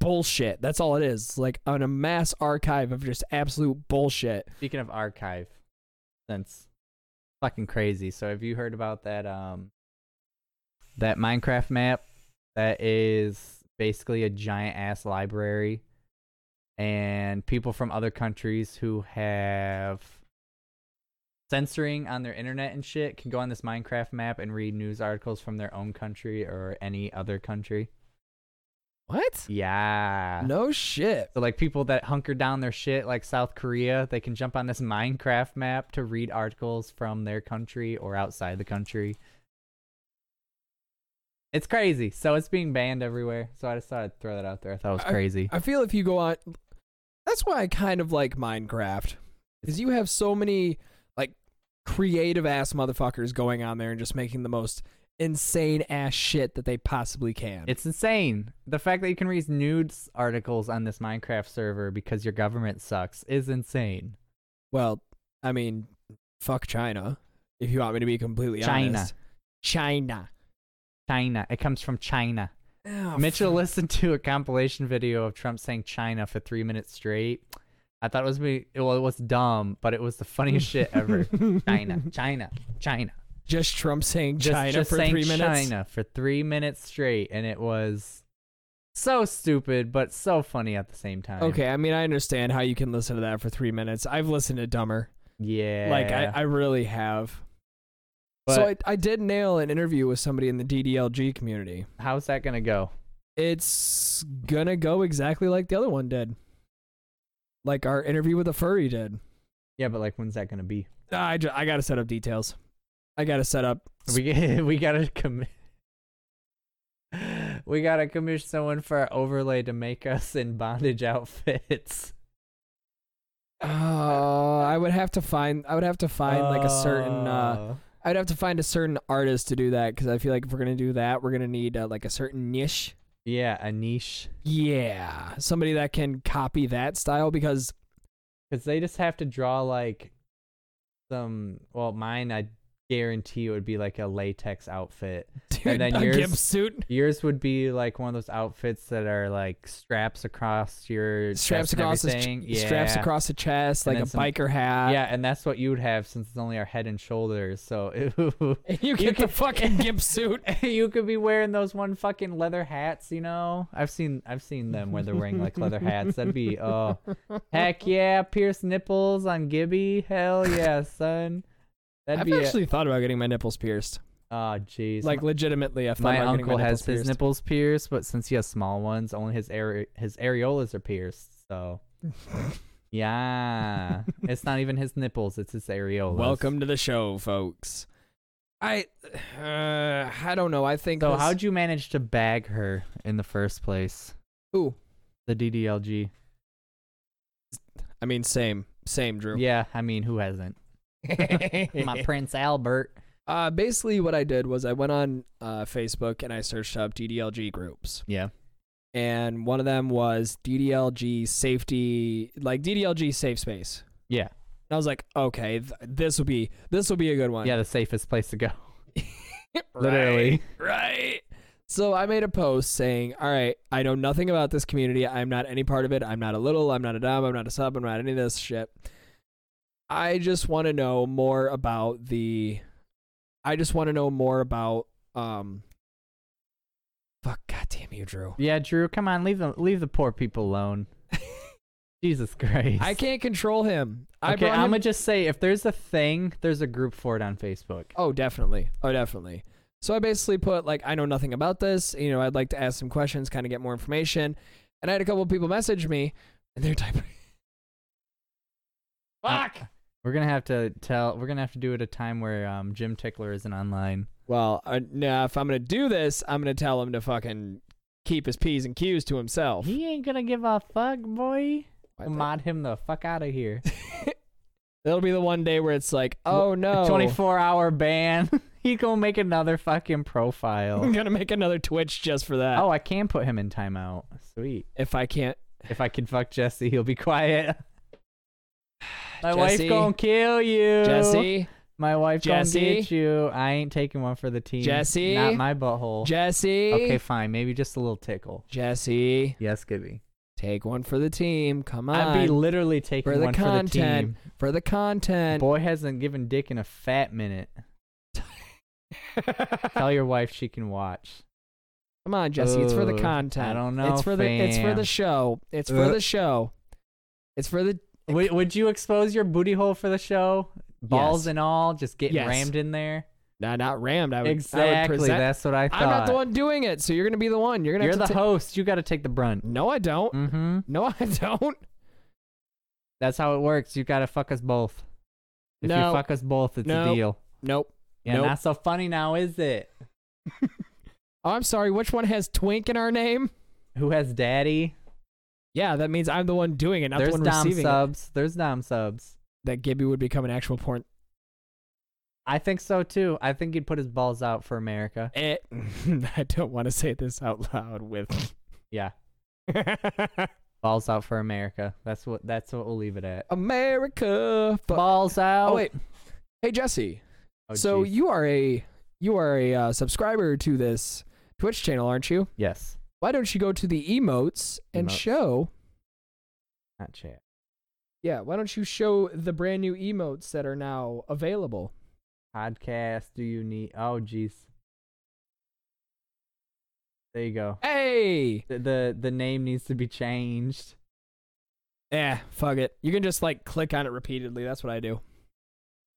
bullshit. That's all it is. Like an, a mass archive of just absolute bullshit. Speaking of archive, that's fucking crazy. So have you heard about that um that Minecraft map that is basically a giant ass library and people from other countries who have censoring on their internet and shit can go on this Minecraft map and read news articles from their own country or any other country. What? Yeah. No shit. So like people that hunker down their shit, like South Korea, they can jump on this Minecraft map to read articles from their country or outside the country. It's crazy. So it's being banned everywhere. So I just thought I'd throw that out there. I thought it was crazy. I feel if you go on, that's why I kind of like Minecraft, because you have so many like creative ass motherfuckers going on there and just making the most insane ass shit that they possibly can. It's insane. The fact that you can read nudes articles on this Minecraft server because your government sucks is insane. well, I mean, fuck China. If you want me to be completely China. honest, China. China. It comes from China. Oh, Mitchell listened to a compilation video of Trump saying China for three minutes straight. I thought it was me. Well, it was dumb, but it was the funniest shit ever. China, China, China. Just Trump saying Just, China just for saying three minutes. China for three minutes straight, and it was so stupid, but so funny at the same time. Okay, I mean, I understand how you can listen to that for three minutes. I've listened to dumber. Yeah. Like I, I really have. so I, But- I did nail an interview with somebody in the DDLG community. How's that gonna go? It's gonna go exactly like the other one did. Like our interview with the furry did. Yeah, but like, when's that gonna be? I, ju- I gotta set up details. I gotta set up. We we gotta commit. We gotta commission someone for our overlay to make us in bondage outfits. Uh, I would have to find. I would have to find like a certain. Uh, I'd have to find a certain artist to do that because I feel like if we're gonna do that, we're gonna need uh, like a certain niche. yeah a niche Yeah, somebody that can copy that style because because they just have to draw like some well mine I guarantee it would be like a latex outfit. Dude, And then a yours- gimp suit. Yours would be like one of those outfits that are like straps across your Straps chest and across, the ch- everything. yeah. straps across the chest, And like then a some- biker hat. Yeah, and that's what you would have since it's only our head and shoulders. So And you get the could- fucking gimp suit. you could be wearing those one fucking leather hats, you know? I've seen I've seen them where they're wearing like leather hats. That'd be oh heck yeah, pierced nipples on Gibby. Hell yeah, son. That'd I've be actually thought about getting my nipples pierced. oh jeez. Like legitimately, I've thought my, about getting uncle my has nipples his pierced. nipples pierced, but since he has small ones, only his are- his areolas are pierced. So yeah, Ah, it's not even his nipples; it's his areolas. Welcome to the show, folks. I, uh, I don't know. I think. So this- how'd you manage to bag her in the first place? Who? The DDLG. I mean, same, same, Drew. Yeah, I mean, who hasn't? My Prince Albert. Uh, basically, what I did was I went on uh, Facebook and I searched up DDLG groups, Yeah. and one of them was DDLG safety, like DDLG safe space. Yeah. And I was like, okay, th- this will be this will be a good one. Yeah, the safest place to go. Right, Literally. right. So I made a post saying, "All right, I know nothing about this community. I'm not any part of it. I'm not a little. I'm not a dom. I'm not a sub. I'm not any of this shit. I just want to know more about the. I just want to know more about um. Fuck, goddamn you, Drew. Yeah, Drew, come on, leave the leave the poor people alone. Jesus Christ. I can't control him. I Okay, brought I'm him- gonna just say if there's a thing, there's a group for it on Facebook. Oh, definitely. Oh, definitely. So I basically put like I know nothing about this. You know, I'd like to ask some questions, kind of get more information. And I had a couple of people message me, and they're typing. Uh, Fuck. We're gonna have to tell. We're gonna have to do it at a time where um, Jim Tickler isn't online. Well, uh, now if I'm gonna do this, I'm gonna tell him to fucking keep his p's and q's to himself. He ain't gonna give a fuck, boy. Why Mod him the fuck out of here. the- That'll be the one day where it's like, oh no, 24 hour ban. he gonna make another fucking I'm profile. gonna make another Twitch just for that. oh, I can put him in timeout. Sweet. If I can't, If I can fuck Jesse, he'll be quiet. My wife Jesse. gonna kill you. Jesse, My wife Jesse. gonna get you. I ain't taking one for the team. Jesse. Not my butthole. Jesse, Oh. Okay, fine. Maybe just a little tickle. Jesse. Yes, Gibby. Take one for the team. Come on. I'd be literally taking for the one content. for for the the team. content. Boy hasn't given dick in a fat minute. Tell your wife she can watch. Come on, Jesse. It's for the Ugh, I content. don't know, It's for the it's for the fam. show. It's for Ugh. the show. It's for the Would, would you expose your booty hole for the show? Balls Yes. and all, just getting Yes. rammed in there? nah, not rammed. I would I would exactly. present- That's what I thought. I'm not the one doing it, so you're gonna be the one. You're gonna You're have the to ta- host. You got to take the brunt. No, I don't. Mm-hmm. No, I don't. That's how it works. You got to fuck us both. If No. you fuck us both, it's No. a deal. Nope. Yeah, Nope. not so funny now, is it? Oh, I'm sorry. Which one has twink in our name? Who has daddy? Yeah, that means I'm the one doing it, not There's the one dom receiving it. subs. There's dom subs. That Gibby would become an actual porn. I think so too. I think he'd put his balls out for America. Eh, I don't want to say this out loud with. Yeah, balls out for America. That's what. That's what we'll leave it at. America. Fu- Balls out. oh wait, hey Jesse. Oh, so jeez. you are a you are a uh, subscriber to this Twitch channel, aren't you? yes, Why don't you go to the emotes and Emotes. show? not chat. Yeah, why don't you show the brand new emotes that are now available? Podcast. Do you need? Oh jeez. There you go. Hey, The, the the name needs to be changed. eh, fuck it. You can just like click on it repeatedly. That's what I do.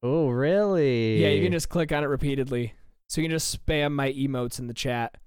Oh really? Yeah, you can just click on it repeatedly, so you can just spam my emotes in the chat.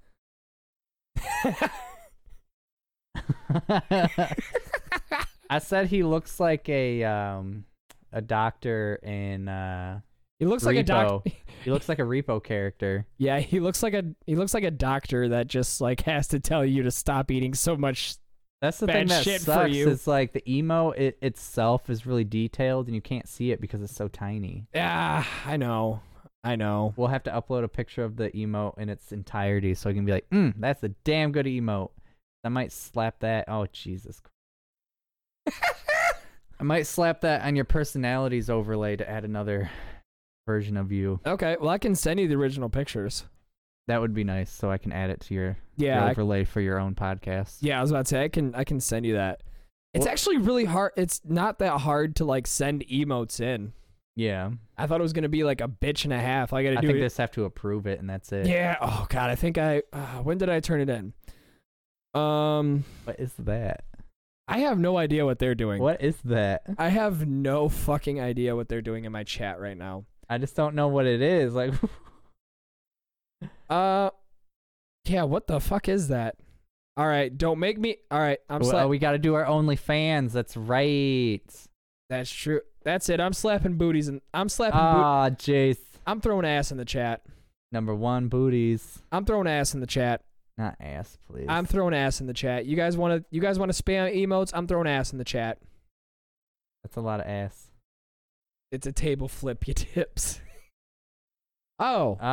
I said he looks like a um a doctor in uh He looks like a doc. Repo. he looks like a repo character. Yeah, he looks like a he looks like a doctor that just like has to tell you to stop eating so much. That's the Bad thing that shit for sucks. you. It's like the emo it, itself is really detailed, and you can't see it because it's so tiny. Ah, I know, I know. We'll have to upload a picture of the emote in its entirety, so I can be like, mm, "That's a damn good emote." I might slap that. Oh Jesus! Christ. I might slap that on your personalities overlay to add another version of you. Okay, well I can send you the original pictures. That would be nice, so I can add it to your, your Yeah, I- overlay for your own podcast. yeah. I was about to say I can I can send you that. It's Well- actually really hard. It's not that hard to like send emotes in. Yeah. I thought it was gonna be like a bitch and a half. I gotta I do think it. just have to approve it, and that's it. yeah. Oh god, I think I. Uh, when did I turn it in? Um, What is that? I have no idea what they're doing. What is that? I have no fucking idea what they're doing in my chat right now. I just don't know what it is. Like, Uh, yeah. What the fuck is that? All right, don't make me. All right, I'm. well, sla- we got to do our OnlyFans. That's right. That's true. That's it. I'm slapping booties and I'm slapping. boot- Ah, Jace. I'm throwing ass in the chat. Number one, booties. I'm throwing ass in the chat. Not ass, please. I'm throwing ass in the chat. You guys want to? You guys want to spam emotes? I'm throwing ass in the chat. that's a lot of ass. It's a table flip. You tips. oh. Oh.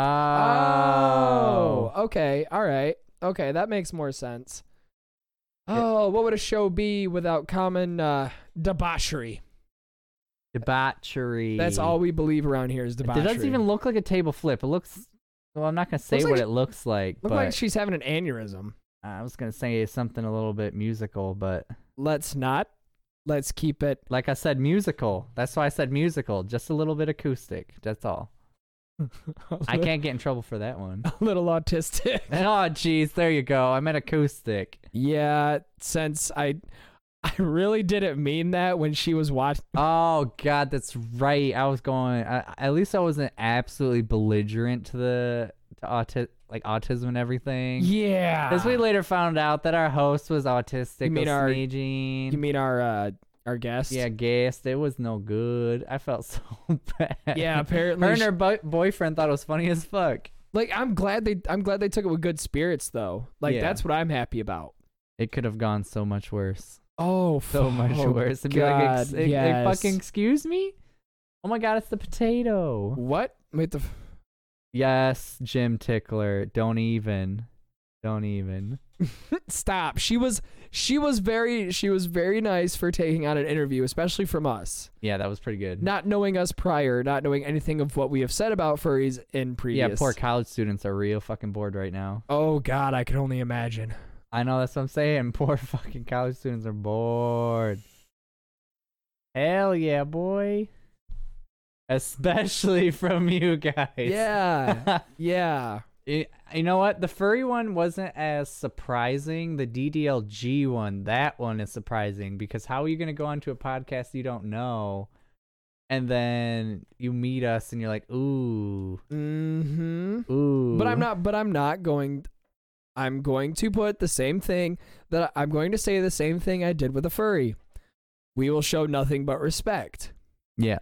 Oh. Okay. All right. Okay, that makes more sense. Oh, what would a show be without common uh, debauchery? Debauchery. That's all we believe around here is debauchery. It doesn't even look like a table flip. It looks. Well, I'm not gonna say Looks what like- it looks like, Look but like she's having an aneurysm. I was gonna say something a little bit musical, but Let's not. Let's keep it. like I said, musical. That's why I said musical. Just a little bit acoustic. That's all. I can't get in trouble for that one. A little autistic. And, oh, jeez, there you go. I meant acoustic. Yeah, since I, I really didn't mean that when she was watching. Oh God, that's right. I was going. I, at least I wasn't absolutely belligerent to the to auti- like autism and everything. Yeah. As we later found out that our host was autistic. You mean of our- smidgen. you mean our uh, our guest? Yeah, guessed. It was no good. I felt so bad. Yeah. Apparently, Her and she- her bo- boyfriend thought it was funny as fuck. like I'm glad they I'm glad they took it with good spirits though. Like Yeah. that's what I'm happy about. It could have gone so much worse. Oh, So much worse. It'd be like, ex- God, e- e- yes. fucking excuse me? Oh my god, it's the potato. What? Wait, the f- Yes, Jim Tickler. Don't even. Don't even. stop. She was she was very she was very nice for taking on an interview, especially from us, Yeah, that was pretty good. not knowing us prior, not knowing anything of what we have said about furries in yeah, previous. poor college students are real fucking bored right now. Oh God, I can only imagine. I know that's what I'm saying. Poor fucking college students are bored. Hell yeah, boy. Especially from you guys. Yeah, Y- yeah. you know what? The furry one wasn't as surprising. The DDLG one, that one is surprising because how are you going to go onto a podcast you don't know and then you meet us and you're like, ooh, Mm-hmm. ooh. But I'm not. But I'm not going. I'm going to put the same thing that I'm going to say the same thing I did with a furry. We will show nothing but respect. Yeah.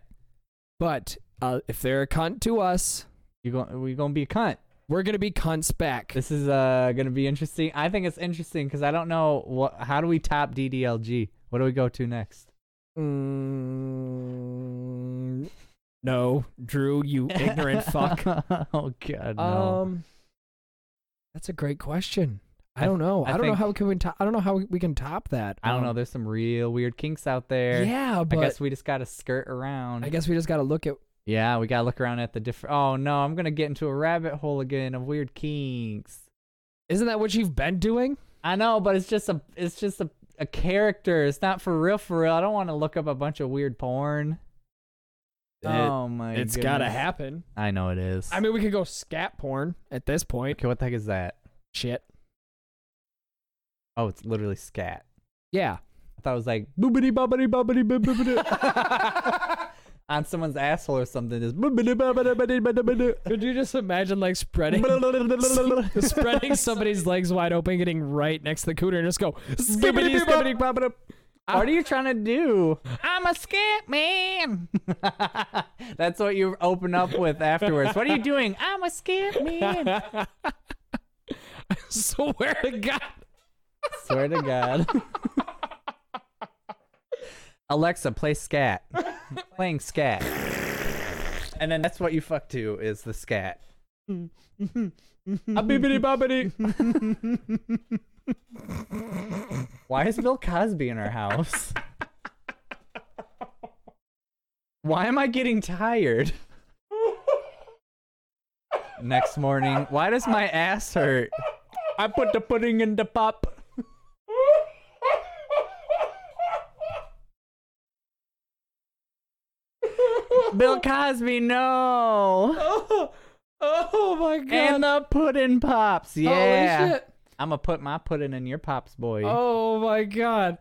But uh, if they're a cunt to us, You're going, we're going to be a cunt. we're gonna be cunts back. This is uh gonna be interesting. I think it's interesting because I don't know what. How do we top DDLG? What do we go to next? Mm, no, Drew, you ignorant fuck. oh god, no. Um, that's a great question. I I- don't know. I I, don't know think- how can we. To- I don't know how we can top that. I don't know. Um, There's some real weird kinks out there. Yeah, but I guess we just gotta skirt around. we just gotta look at. yeah, we gotta look around at the different. Oh no, I'm gonna get into a rabbit hole again of weird kinks. Isn't that what you've been doing? I know, but it's just a. It's just a. A character. It's not for real. For real. I don't want to look up a bunch of weird porn. oh my. It's goodness. gotta happen. I know it is. I mean, we could go scat porn at this point. Okay, what the heck is that? Shit. Oh, it's literally scat. Yeah. I thought it was like boobity bobbity bobbity boo boo boo doo. on someone's asshole or something. Just boobity bobbity bobbity bobbity Could you just imagine like spreading boo doo. spreading somebody's legs wide open, getting right next to the cooter, and just go skibbity skibbity. Skibbity bobbity. What are you trying to do? I'm a scat man. That's what you open up with afterwards. What are you doing? I'm a scat man. Swear to God. Swear to God. Alexa, play scat. Playing scat. And then that's what you fuck to is the scat. A bibbity bobbity. Why is Bill Cosby in our house? Why am I getting tired? next morning. Why does my ass hurt? I put the pudding in the pop. Bill Cosby, no. Oh, oh my god. And the pudding pops. Yeah. Holy shit. I'm going to put my pudding in your pops, boy. Oh my god.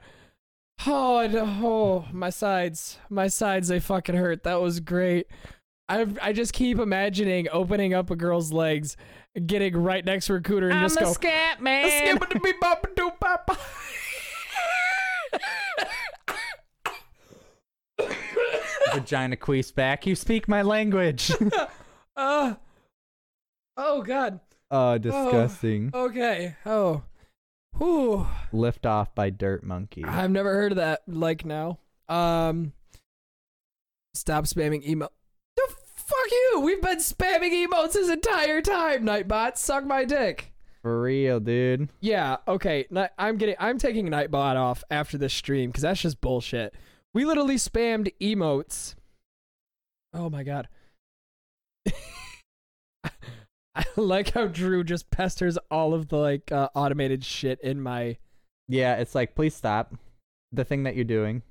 Oh, I d- oh, my sides. My sides they fucking hurt. That was great. I I just keep imagining opening up a girl's legs, getting right next to her cooter and I'm just a go scat man. Skibbity-bee-bop-a-doo-bop. Vagina queefs back. You speak my language. Uh, oh god. oh, disgusting. Okay. Oh. Whew. Lift off by Dirt Monkey. I've never heard of that like now. Um stop spamming emo. The fuck you. We've been spamming emotes this entire time, Nightbot. Suck my dick. For real, dude. Yeah, okay. Ni- I'm getting I'm taking Nightbot off after this stream cuz that's just bullshit. We literally spammed emotes. Oh my god. I like how Drew just pesters all of the like uh, automated shit in my Yeah, it's like, please stop the thing that you're doing.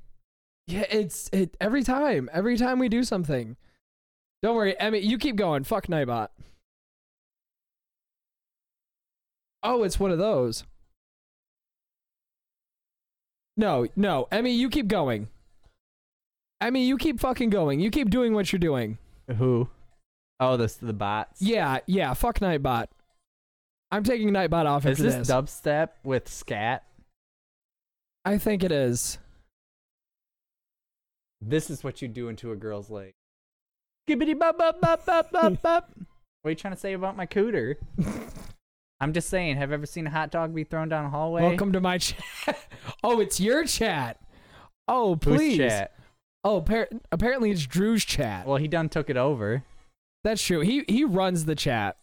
Yeah, it's it every time. Every time we do something. Don't worry, Emmy, you keep going. Fuck Nibot. Oh, it's one of those. No, no, Emmy, you keep going. Emmy, you keep fucking going. You keep doing what you're doing. Who? Oh, this the bots. Yeah, yeah, fuck Nightbot. I'm taking Nightbot off Is after this this. dubstep with scat? I think it is. This is what you do into a girl's leg. Gibbity bop bop bop bop bop bop. What are you trying to say about my cooter? I'm just saying, have you ever seen a hot dog be thrown down a hallway? Welcome to my chat. oh, it's your chat. Oh, Who's please. chat? Oh, appar- apparently it's Drew's chat. Well, he done took it over. That's true. He he runs the chat.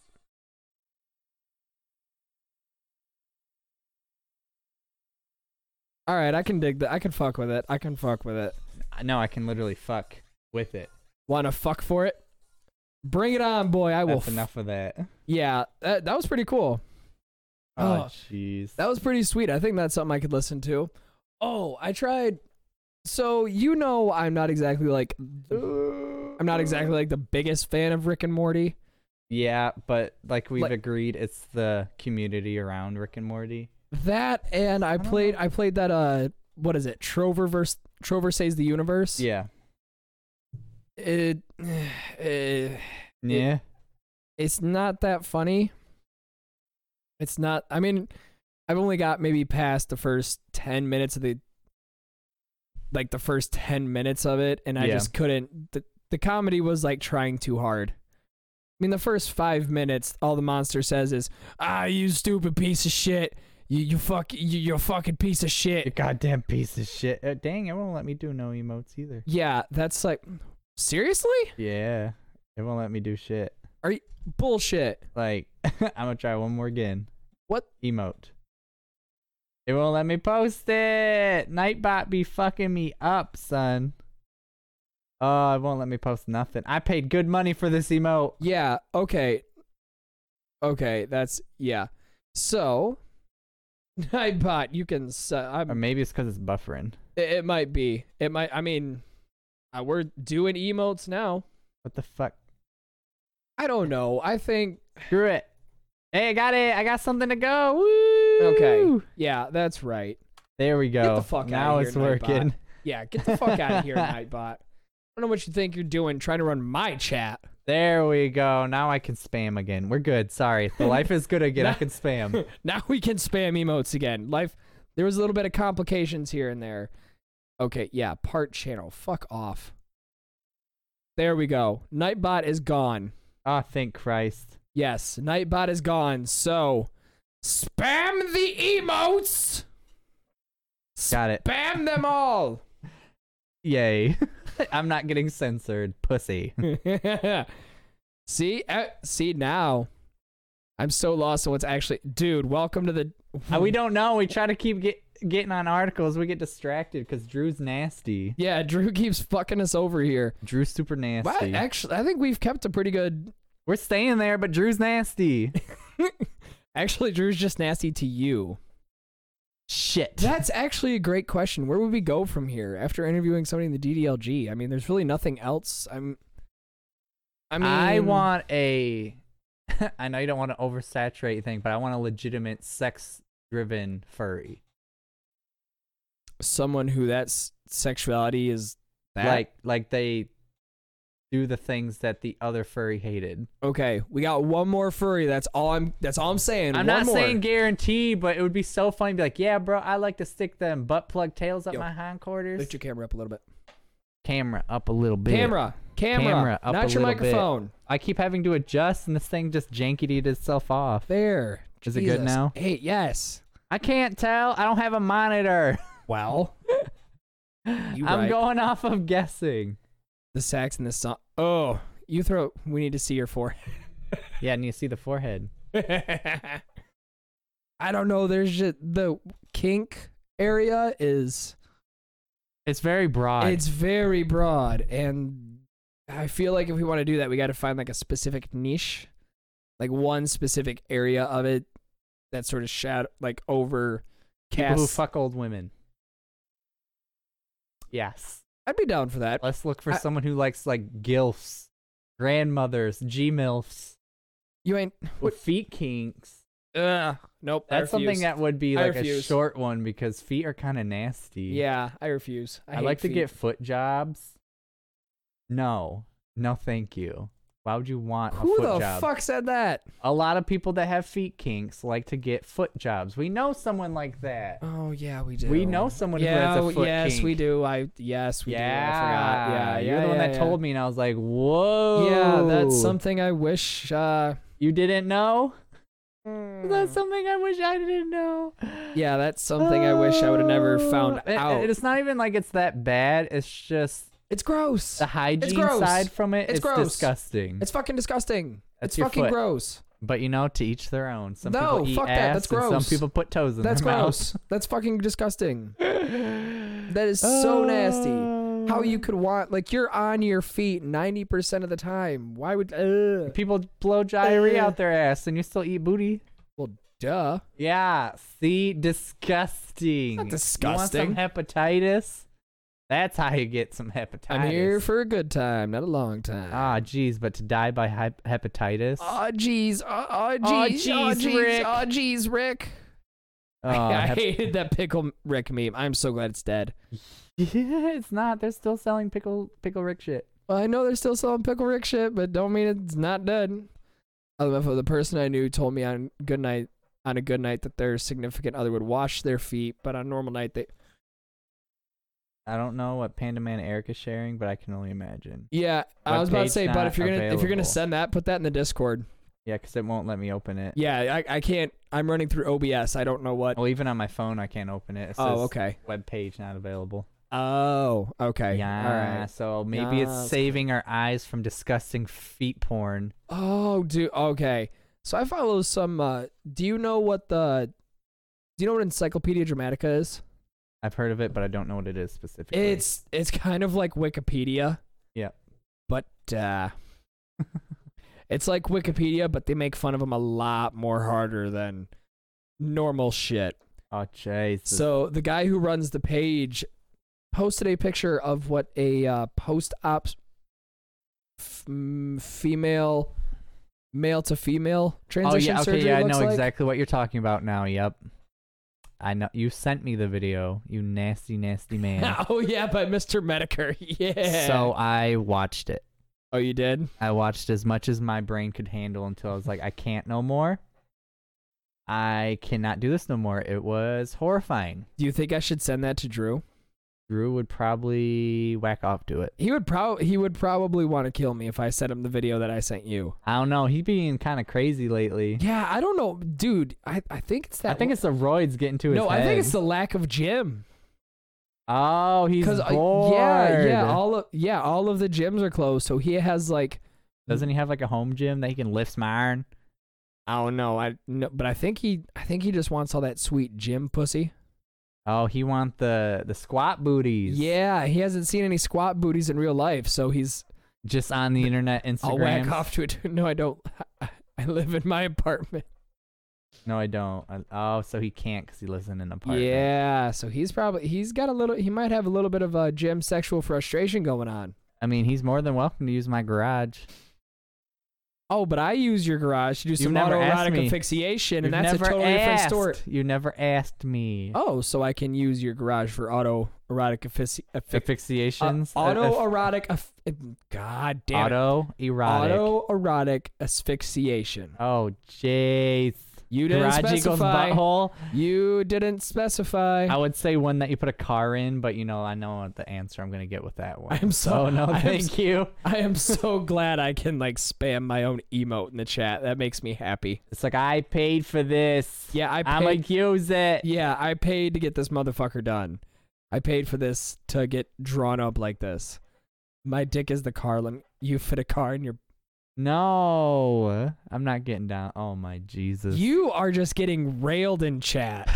All right, I can dig that. I can fuck with it. I can fuck with it. I- No, I can literally fuck with it. Want to fuck for it? Bring it on, boy. I will. That's f- enough of that. yeah, that, that was pretty cool. Oh. Oh, jeez. That was pretty sweet. I think that's something I could listen to. Oh, I tried. So you know, I'm not exactly like I'm not exactly like the biggest fan of Rick and Morty. Yeah, but like we've Like- agreed, it's the community around Rick and Morty. That and I don't played know. I played that uh what is it? Trover verse Trover saves the universe. Yeah. It, eh, Yeah. it's not that funny. It's not I mean I've only got maybe past the first 10 minutes of the like the first 10 minutes of it and I Yeah. just couldn't the, the comedy was like trying too hard. I mean the first 5 minutes all the monster says is, "Ah, you stupid piece of shit. You you fuck you, you're a fucking piece of shit." You goddamn piece of shit. Uh, dang, it won't let me do no emotes either. Yeah, that's like seriously? Yeah. It won't let me do shit. Bullshit. Like, I'm gonna try one more again. What? Emote. It won't let me post it. Nightbot be fucking me up, son. Oh, it won't let me post nothing. I paid good money for this emote. Yeah, okay. Okay, that's yeah. So Nightbot, you can su- I'm, Or maybe it's because it's buffering. it, it might be. It might I mean uh, we're doing emotes now. What the fuck? I don't know. I think Screw it. Hey, I got it. I got something to go. Woo! okay. Yeah, that's right. There we go. the fuck outta now here, it's Nightbot. working. Yeah, get the fuck out of here, Nightbot. I don't know what you think you're doing trying to run my chat. There we go. Now I can spam again. We're good. Sorry. The life is good again. I Nah. can spam. now we can spam emotes again. Life, there was a little bit of complications here and there. Okay, yeah, part channel. Fuck off. There we go. Nightbot is gone. Oh, thank Christ. Yes, Nightbot is gone. So, spam the emotes. Got it. Spam them all. Yay. I'm not getting censored, pussy. see, uh, see now. I'm so lost in what's actually. Dude, welcome to the. Uh, we don't know. We try to keep get, getting on articles. We get distracted because Drew's nasty. Yeah, Drew keeps fucking us over here. Drew's super But nasty. actually, I think we've kept a pretty good We're staying there, but Drew's nasty. Actually, Drew's just nasty to you. Shit. That's actually a great question. Where would we go from here after interviewing somebody in the DDLG? I mean, there's really nothing else. I'm. I I, mean, want a. I know you don't want to oversaturate thing, but I want a legitimate sex-driven furry. someone who that's sexuality is that. Like, like they do the things that the other furry hated. Okay, we got one more furry. That's all I'm. That's all I'm saying. I'm One not more. saying guarantee, but it would be so funny to be like, yeah, bro, I like to stick them butt plug tails up Yo, my hindquarters. Lift your camera up a little bit. camera up a little bit. Camera, camera, Camera up not a your little bit. microphone. I keep having to adjust, and this thing just janketied itself off. There. Is it good Jesus. now? Hey, yes. I can't tell. I don't have a monitor. Well, you I'm right. going off of guessing. the sax and the song. Oh, you throw. We need to see your forehead. Yeah, and you see the forehead. I don't know. There's just the kink area is It's very broad. it's very broad, and I feel like if we want to do that, we got to find like a specific niche, like one specific area of it that sort of shadow like over. people who Cast. fuck old women. Yes. I'd be down for that. Let's look for I- someone who likes like gilfs, grandmothers, g milfs, You ain't. with feet kinks. Ugh, nope. I That's something refuse. that would be I like a refuse. short one because feet are kind of nasty. Yeah, I refuse. I, I, hate like to feet. get foot jobs. No, no, thank you. Why would you want a Who foot the job? fuck said that? A lot of people that have feet kinks like to get foot jobs. We know someone like that. Oh yeah, we do. We know someone who yeah, has a foot yes, kink. we do. I yes, we yeah, do. I forgot. Yeah, you're yeah, the one yeah, that yeah. told me, and I was like, "Whoa, Yeah, that's something I wish. Uh, you didn't know." That's mm, something I wish I didn't know. yeah, that's something I wish I would have never found Oh, it- out. it- it's not even like it's that bad. It's just it's gross. the hygiene gross. side from it. It's, It's gross. disgusting. It's fucking disgusting. That's it's your fucking foot. gross. but you know, to each their own. Some No, people eat fuck that. ass, That's and gross. Some people put toes in That's their gross. That's fucking disgusting. mouth. That is so nasty. How you could want like you're on your feet ninety percent of the time? Why would? Uh, people blow diarrhea Ugh. out their ass and you still eat booty? well, duh. Yeah. See, disgusting. Not You disgusting. want some hepatitis? That's how you get some hepatitis. I'm here for a good time, not a long time. Ah, jeez, but to die by hy- hepatitis. Oh jeez. Oh, oh Aw, jeez. Oh jeez, jeez. Rick. Oh jeez, Rick. Oh, I hep- hated that pickle Rick meme. I'm so glad it's dead. yeah, it's not. They're still selling pickle pickle Rick shit. Well, I know they're still selling pickle Rick shit, but don't mean it's not dead. Although if the person I knew told me on good night on a good night that their significant other would wash their feet, but on a normal night they I don't know what Panda Man Eric is sharing, but I can only imagine. Yeah, I was about to Webpage's say, but not if you're gonna if you're gonna available. send that, put that in the Discord. Yeah, because it won't let me open it. Yeah, I, I can't I'm running through OBS. I don't know what Well, even on my phone, I can't open it. it Oh, says okay. Web page not available. Oh, okay. Yeah. All right. So maybe Yes. it's saving our eyes from disgusting feet porn. Oh, dude. Okay. So I follow some. Uh, do you know what the? Do you know what Encyclopedia Dramatica is? I've heard of it, but I don't know what it is specifically. It's it's kind of like Wikipedia. Yeah. But uh, it's like Wikipedia, but they make fun of them a lot more harder than normal shit. oh Jesus. So the guy who runs the page posted a picture of what a uh, post-op f- m- female, male to female oh transition yeah. Okay. surgery Yeah, I looks know like. exactly what you're talking about now. Yep. I know. You sent me the video. You nasty, nasty man. oh yeah, by Mr. Medicare. Yeah. So I watched it. Oh, you did? I watched as much as my brain could handle until I was like, I can't no more. I cannot do this no more. It was horrifying. Do you think I should send that to Drew? Drew would probably whack off to it. He would prob he would probably want to kill me if I sent him the video that I sent you. I don't know. He's being kind of crazy lately. Yeah, I don't know, dude. I, I think it's that. I think one- it's the roids getting to his no. head. I think it's the lack of gym. oh, he's Because bored. uh, yeah, yeah, all of yeah, all of the gyms are closed, so he has like Doesn't he have like a home gym that he can lift some iron? I don't know, I no, but I think he I think he just wants all that sweet gym pussy. Oh, he want the the squat booties. Yeah, he hasn't seen any squat booties in real life, so he's just on the internet, I'll whack Instagram. off to it. No, I don't. I live in my apartment. No, I don't. I- oh, so he can't because he lives in an apartment. Yeah, so he's probably he's got a little. He might have a little bit of a gym sexual frustration going on. I mean, he's more than welcome to use my garage. Oh, but I use your garage to do some never asked autoerotic me. asphyxiation, and You've that's a never totally asked. different story. You never asked me. Oh, so I can use your garage for autoerotic asphyxi- asphyx- Asphyxiations. uh, autoerotic. Aff- God damn it. Auto erotic. Autoerotic asphyxiation. Oh, jeez. You didn't Garage equals specify. butthole. You didn't specify. I would say one that you put a car in, but you know, I know what the answer I'm gonna get with that one. I'm so- Oh, no, I'm thank so- you. I am so glad I can like spam my own emote in the chat. That makes me happy. It's like I paid for this. Yeah, I I'm paid. like use it. yeah, I paid to get this motherfucker done. I paid for this to get drawn up like this. My dick is the car. Let me, you fit a car in your. No, I'm not getting down. Oh my Jesus. You are just getting railed in chat.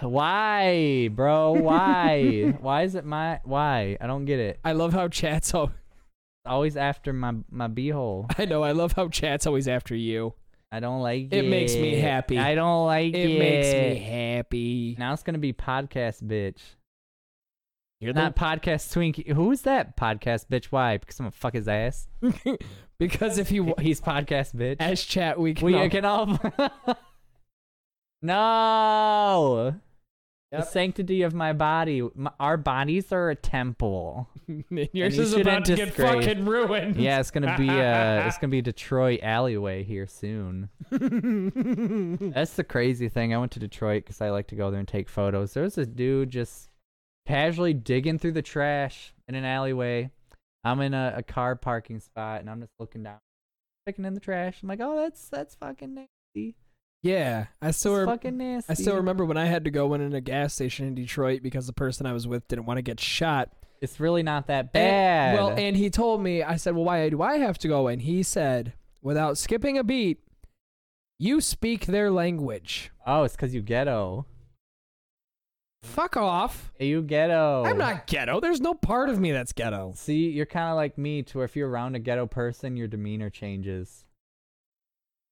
Why, bro? Why? why is it my? Why? I don't get it. I love how chat's. Al- Always after my my beehole. I know. I love how chat's always after you. I don't like it. It makes me happy. I don't like it. It makes me happy. Now it's gonna be podcast bitch. You're Not podcast twinkie. Who's that podcast bitch? Why? Because I'm gonna fuck his ass. the- because if you He's podcast bitch. as chat we can. we all- can all. no. The Yep. sanctity of my body. My, our bodies are a temple. yours you is shouldn't about to get disgrace- fucking ruined. Yeah, it's gonna be uh it's gonna be Detroit alleyway here soon. That's the crazy thing. I went to Detroit because I like to go there and take photos. There was this dude just casually digging through the trash in an alleyway. I'm in a, a car parking spot and I'm just looking down, looking in the trash. I'm like, oh, that's that's fucking nasty. yeah, I So still rem- fucking nasty. I still remember when I had to go in in a gas station in Detroit because the person I was with didn't want to get shot. It's really not that And- bad. well, and he told me, I said, "Well, why do I have to go?" And he said, without skipping a beat, "You speak their language." oh, it's because you ghetto. Fuck off. You ghetto. I'm not ghetto. There's no part of me that's ghetto. See, you're kind of like me, to where if you're around a ghetto person, your demeanor changes.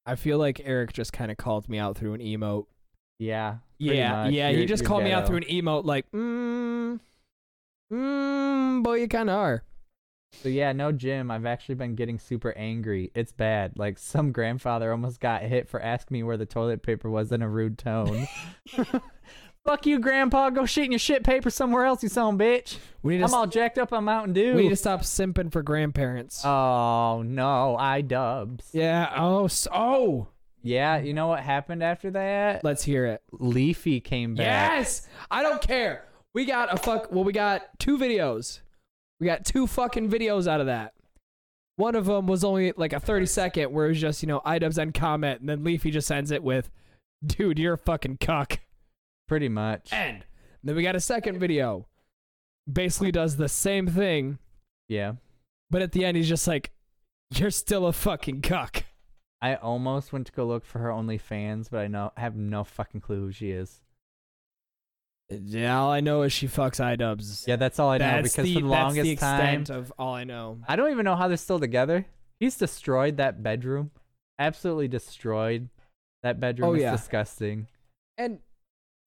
I feel like Eric just kind of called me out through an emote. Yeah. pretty Yeah, much. yeah. You're- he just you're called me out ghetto. through an emote, like, mmm, mmm, boy, you kind of are. So yeah, no Jim. I've actually been getting super angry. It's bad. Like some grandfather almost got hit for asking me where the toilet paper was in a rude tone. Fuck you, grandpa. Go shit in your shit paper somewhere else, you son of a bitch. We need I'm to, all jacked up on Mountain s- we Dew. need to stop simping for grandparents. Oh no, I dubs. Yeah. Uh, yeah. Oh, so, oh, you know what happened after that? let's hear it. Leafy came back. Yes. I don't care. We got a fuck. Well, we got two videos. We got two fucking videos out of that. One of them was only like a 30 second where it was just, you know, items and comment. And then Leafy just ends it with, dude, you're a fucking cuck. Pretty much. End. Then we got a second video. Basically does the same thing, Yeah. but at the end he's just like, "You're still a fucking cuck." I almost went to go look for her OnlyFans, but I know I have no fucking clue who she is. Yeah, all I know is she fucks iDubbbz. Yeah, that's all I know that's because the, for the that's longest the time extent of all I know. I don't even know how they're still together. He's destroyed that bedroom. Absolutely destroyed that bedroom. Oh, is yeah. disgusting. And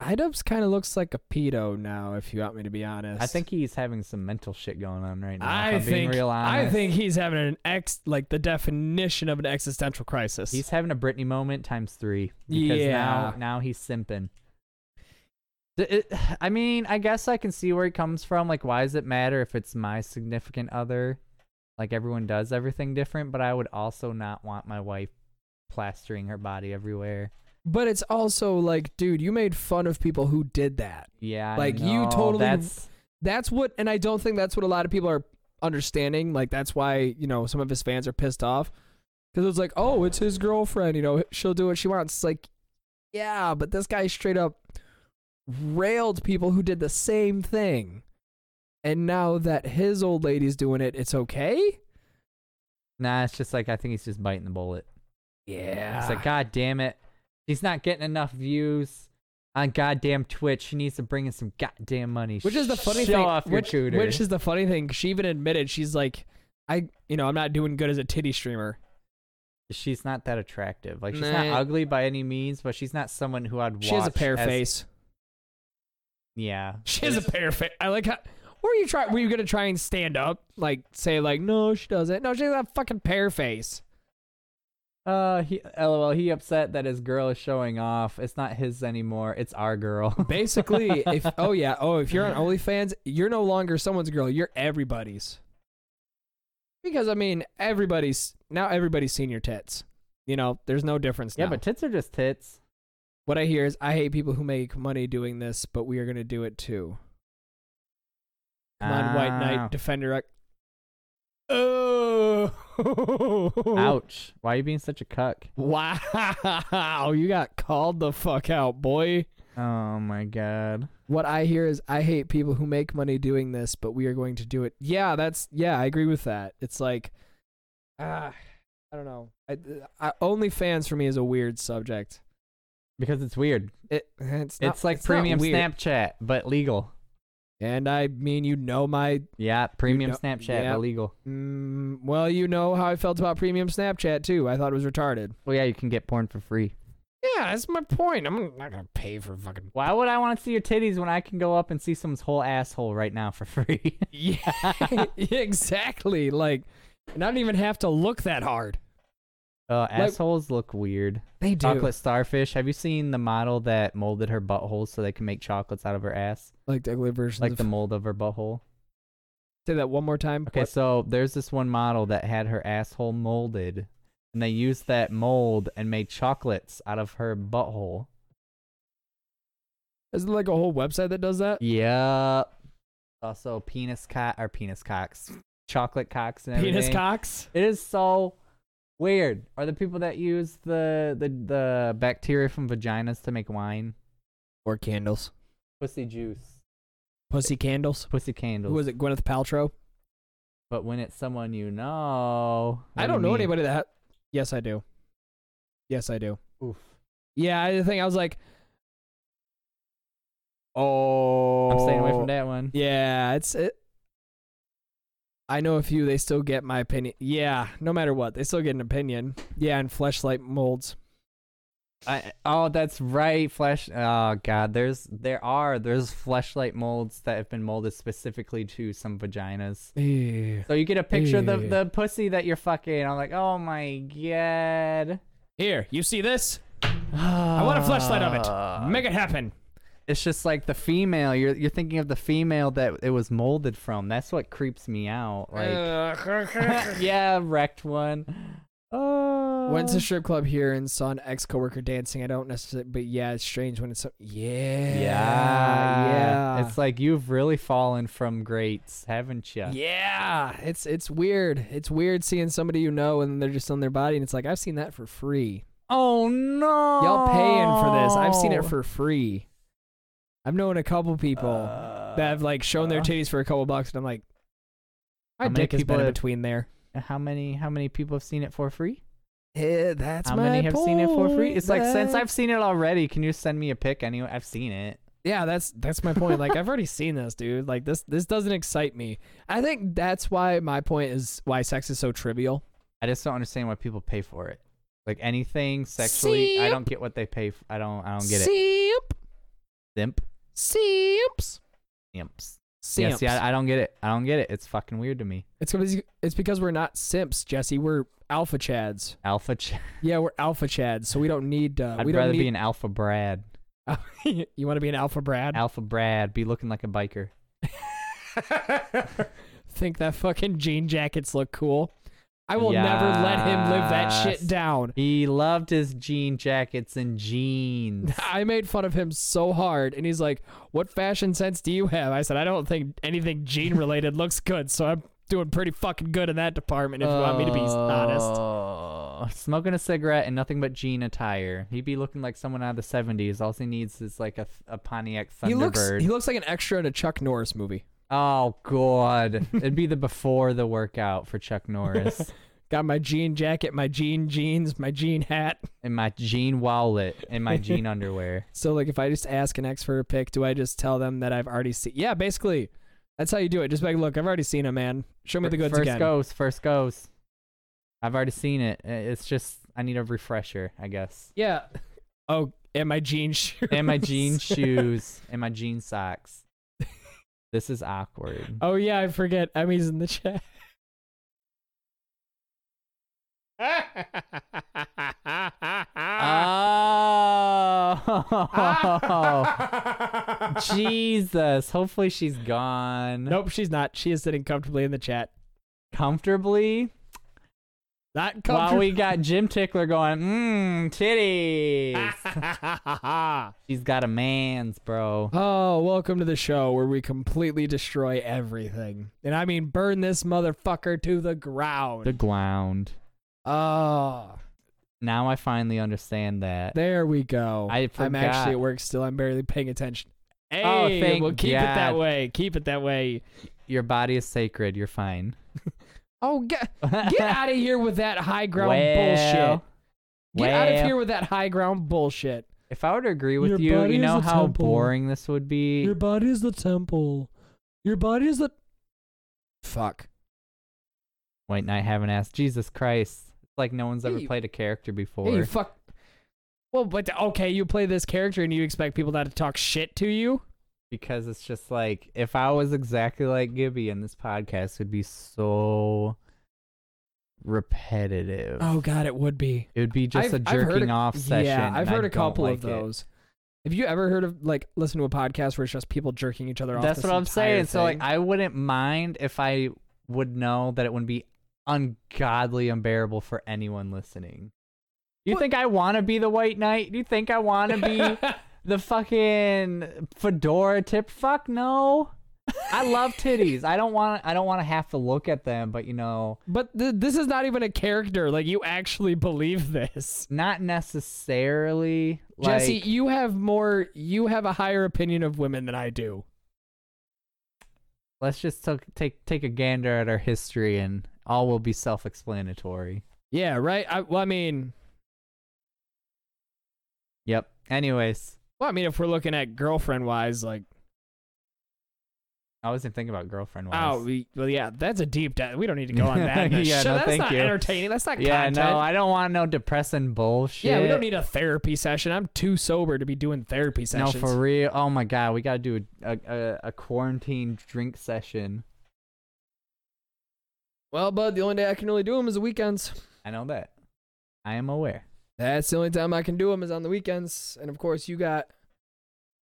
iDubbbz kind of looks like a pedo now, if you want me to be honest. I think he's having some mental shit going on right now. I if I'm think being real I honest. think he's having an ex like the definition of an existential crisis. he's having a Britney moment times three because Yeah. now now he's simping. Th- it- I mean, I guess I can see where it comes from. Like, why does it matter if it's my significant other? Like, everyone does everything different, but I would also not want my wife plastering her body everywhere. but it's also like, dude, you made fun of people who did that. Yeah, I Like, you know, totally- That's that's what and i don't think that's what a lot of people are understanding like that's why you know some of his fans are pissed off because it's like oh it's his girlfriend you know she'll do what she wants It's like yeah but this guy straight up railed people who did the same thing and now that his old lady's doing it it's okay Nah, it's just like I think he's just biting the bullet. yeah It's like, God damn it. He's not getting enough views on goddamn Twitch. He needs to bring in some goddamn money. which is the funny Show thing off your which, cooter. which is the funny thing she even admitted she's like I you know I'm not doing good as a titty streamer. She's not that attractive. Like she's Nah. not ugly by any means, but she's not someone who I'd watch. She has a pear as- face. Yeah. She has a pear face. I like how. Were you try? Were you gonna try and stand up? Like say like no, she doesn't. No, she has a fucking pear face. Uh, he, lol. He upset that his girl is showing off. It's not his anymore. It's our girl. Basically, if oh yeah, oh if you're on OnlyFans, you're no longer someone's girl. You're everybody's. Because I mean, everybody's now everybody's seen your tits. You know, there's no difference. yeah, now. but tits are just tits. what I hear is I hate people who make money doing this, but we are gonna do it too. Come on, White Ah. Knight, uh, Defender. X- Oh, Ah, Ouch! Why are you being such a cuck? Wow, you got called the fuck out, boy. Oh my god. What I hear is I hate people who make money doing this, but we are going to do it. Yeah, that's yeah, I agree with that. It's like ah, I don't know. I, I OnlyFans for me is a weird subject. Because it's weird. It Eh, it's not, it's like not premium weird. Snapchat, but legal. And I mean, you know my Yeah, premium know- Snapchat, yeah. but legal. mm, well, you know how I felt about premium Snapchat too. I thought it was retarded. Well, yeah, you can get porn for free. Yeah, that's my point. I'm not gonna pay for fucking Why would I want to see your titties when I can go up and see someone's whole asshole right now for free? Yeah, exactly. Like, and I don't even have to look that hard. uh, assholes look weird. They do. Chocolate starfish. Have you seen the model that molded her butthole so they can make chocolates out of her ass? Like the ugly versions. Like of- the mold of her butthole. say that one more time. Okay, What- so there's this one model that had her asshole molded, and they used that mold and made chocolates out of her butthole. Isn't there like a whole website that does that? Yep. Also, penis cock or penis cocks, chocolate cocks and everything. Penis cocks. It is so weird. Are the people that use the the the bacteria from vaginas to make wine? Or candles. Pussy juice, Pussy candles. pussy candles. Who was it? Gwyneth Paltrow. But when it's someone you know, what I do don't you know mean? anybody that. Ha- yes, I do. Yes, I do. Oof. Yeah, I think I was like. Oh. I'm staying away from that one. Yeah, it's it. I know a few. They still get my opinion. Yeah, no matter what, they still get an opinion. Yeah, and fleshlight molds. I, oh, that's right. Flesh. Oh God, there's there are there's fleshlight molds that have been molded specifically to some vaginas. Here, So you get a picture of the, Ew. the pussy that you're fucking. I'm like, oh my god. you see this? I I want a fleshlight Uh, of it. Make it happen. It's just like the female. You're you're thinking of the female that it was molded from. That's what creeps me out. Like, uh, yeah, wrecked one. Oh. Went to strip club here and saw an ex coworker dancing. I don't necessarily, but yeah, it's strange when it's so. Yeah, yeah, yeah. It's like you've really fallen from greats, haven't you? yeah, it's it's weird. It's weird seeing somebody you know and they're just on their body, and it's like I've seen that for free. Oh no! Y'all paying for this. I've seen it for free. I've known a couple people Uh, that have like shown their uh. titties for a couple bucks, and I'm like, my How many dick is people been in have- between there. How many? How many people have seen it for free? Yeah, that's how many have seen it for free? It's like since I've seen it already, can you send me a pic? Anyway, I've seen it. yeah, that's that's my point. Like I've already seen this, dude. Like this this doesn't excite me. I think that's why my point is why sex is so trivial. I just don't understand why people pay for it. Like anything sexually, I Simp. don't get what they pay. For. I don't. I don't get it. Simp, Simp. simps, Simps. simps. Yeah. See, I, I don't get it. I don't get it. It's fucking weird to me. it's because it's because we're not simps, Jesse. We're alpha chads. Alpha. Ch- Yeah, we're alpha chads, so we don't need. Uh, I'd we rather don't be need. an alpha Brad. you want to be an alpha Brad? Alpha Brad. Be looking like a biker. Think that fucking jean jackets look cool? I will never let him live that shit Yes. down. He loved his jean jackets and jeans. I made fun of him so hard, and he's like, "What fashion sense do you have?" I said, "I don't think anything jean related looks good, so I'm doing pretty fucking good in that department." If you want me to be Oh, honest, honest. Oh, Smoking a cigarette and nothing but jean attire. He'd be looking like someone out of the 70s. All he needs is like a, a Pontiac Thunderbird. he looks he looks like an extra in a Chuck Norris movie. oh, God. It'd be the before the workout for Chuck Norris. Got my jean jacket, my jean jeans, my jean hat. and my jean wallet and my jean underwear. So like if I just ask an ex for a pick, do I just tell them that I've already seen? Yeah, basically. That's how you do it. Just be like, look, I've already seen him, man. Show me the goods first again. goes, first goes. I've already seen it. I- It's just I need a refresher, I guess. Yeah. Oh, and my jean shoes. And my jean shoes and my jean socks. This is awkward. Oh yeah, I forget. Emmy's in the chat. Ah. Oh, Jesus! Hopefully she's gone nope, she's not. She is sitting comfortably in the chat. comfortably. Not While we comfortably. got Jim Tickler going, mmm, Ah. titties. she's got a man's, bro. oh, welcome to the show where we completely destroy everything, and I mean burn this motherfucker to the The ground. glound. oh, Now I finally understand that. there we go. I am actually forgot. at work still. I'm barely paying attention. Hey, Oh, thank well, keep it that God. way. Keep it that way. Your body is sacred. You're fine. Oh, get, get out of here with that high ground Well, bullshit. Get out of well, here with that high ground bullshit. If I were to agree with Your you, body you is know a how temple. boring this would be. body is the temple. Your body is the. Fuck. White Knight haven't asked. Jesus Christ. It's like no one's ever Hey, you- played a character before. Hey, you fuck. Well, but okay, you play this character and you expect people not to talk shit to you? because it's just like if I was exactly like Gibby and this podcast would be so repetitive. Oh, God, it would be. It would be just a I've- I've heard jerking a- off session. Yeah, and I've I heard a don't couple like of it. those. Have you ever heard of, like, listen to a podcast where it's just people jerking each other off? That's this what I'm entire saying. So like thing? I wouldn't mind if I would know that it would be ungodly unbearable for anyone listening. You What? think I want to be the white knight? You think I want to be the fucking fedora tip? Fuck no. I love titties. I don't want I don't want to have to look at them, but you know, But th- this is not even a character. Like, you actually believe this. not necessarily like Jesse, you have more, you have a higher opinion of women than I do. let's just took take take a gander at our history and all will be self-explanatory. Yeah, right. I, well, I mean, Yep. Anyways, well, I mean, if we're looking at girlfriend wise, like, I wasn't thinking about girlfriend oh, wise. we, well, yeah, that's a deep dive. We don't need to go on that. Yeah, Shut- no, that's thank not you. entertaining. That's not yeah, content. no, I don't want no depressing bullshit. yeah, we don't need a therapy session. I'm too sober to be doing therapy No, sessions. for real. Oh my god, we gotta do a a, a, a quarantine drink session. well, bud, the only day I can really do them is the weekends. I know that. I am aware. That's the only time I can do them is on the weekends. And of course, you got,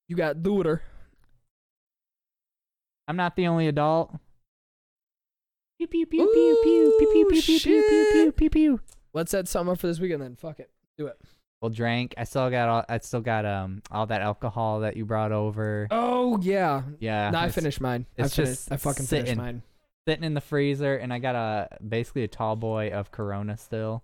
you got Luder. I'm not the only adult. Pew pew pew Ooh, pew pew pew pew pew pew pew pew shit. pew pew. Let's set something up for this weekend then. Fuck it. Well, drank. I still got all. I still got um all that alcohol that you brought over. Oh yeah. Yeah. no, I it's finished mine. I it's finished. just I fucking finished sitting. mine. Sitting in the freezer, and I got a basically a tall boy of Corona still,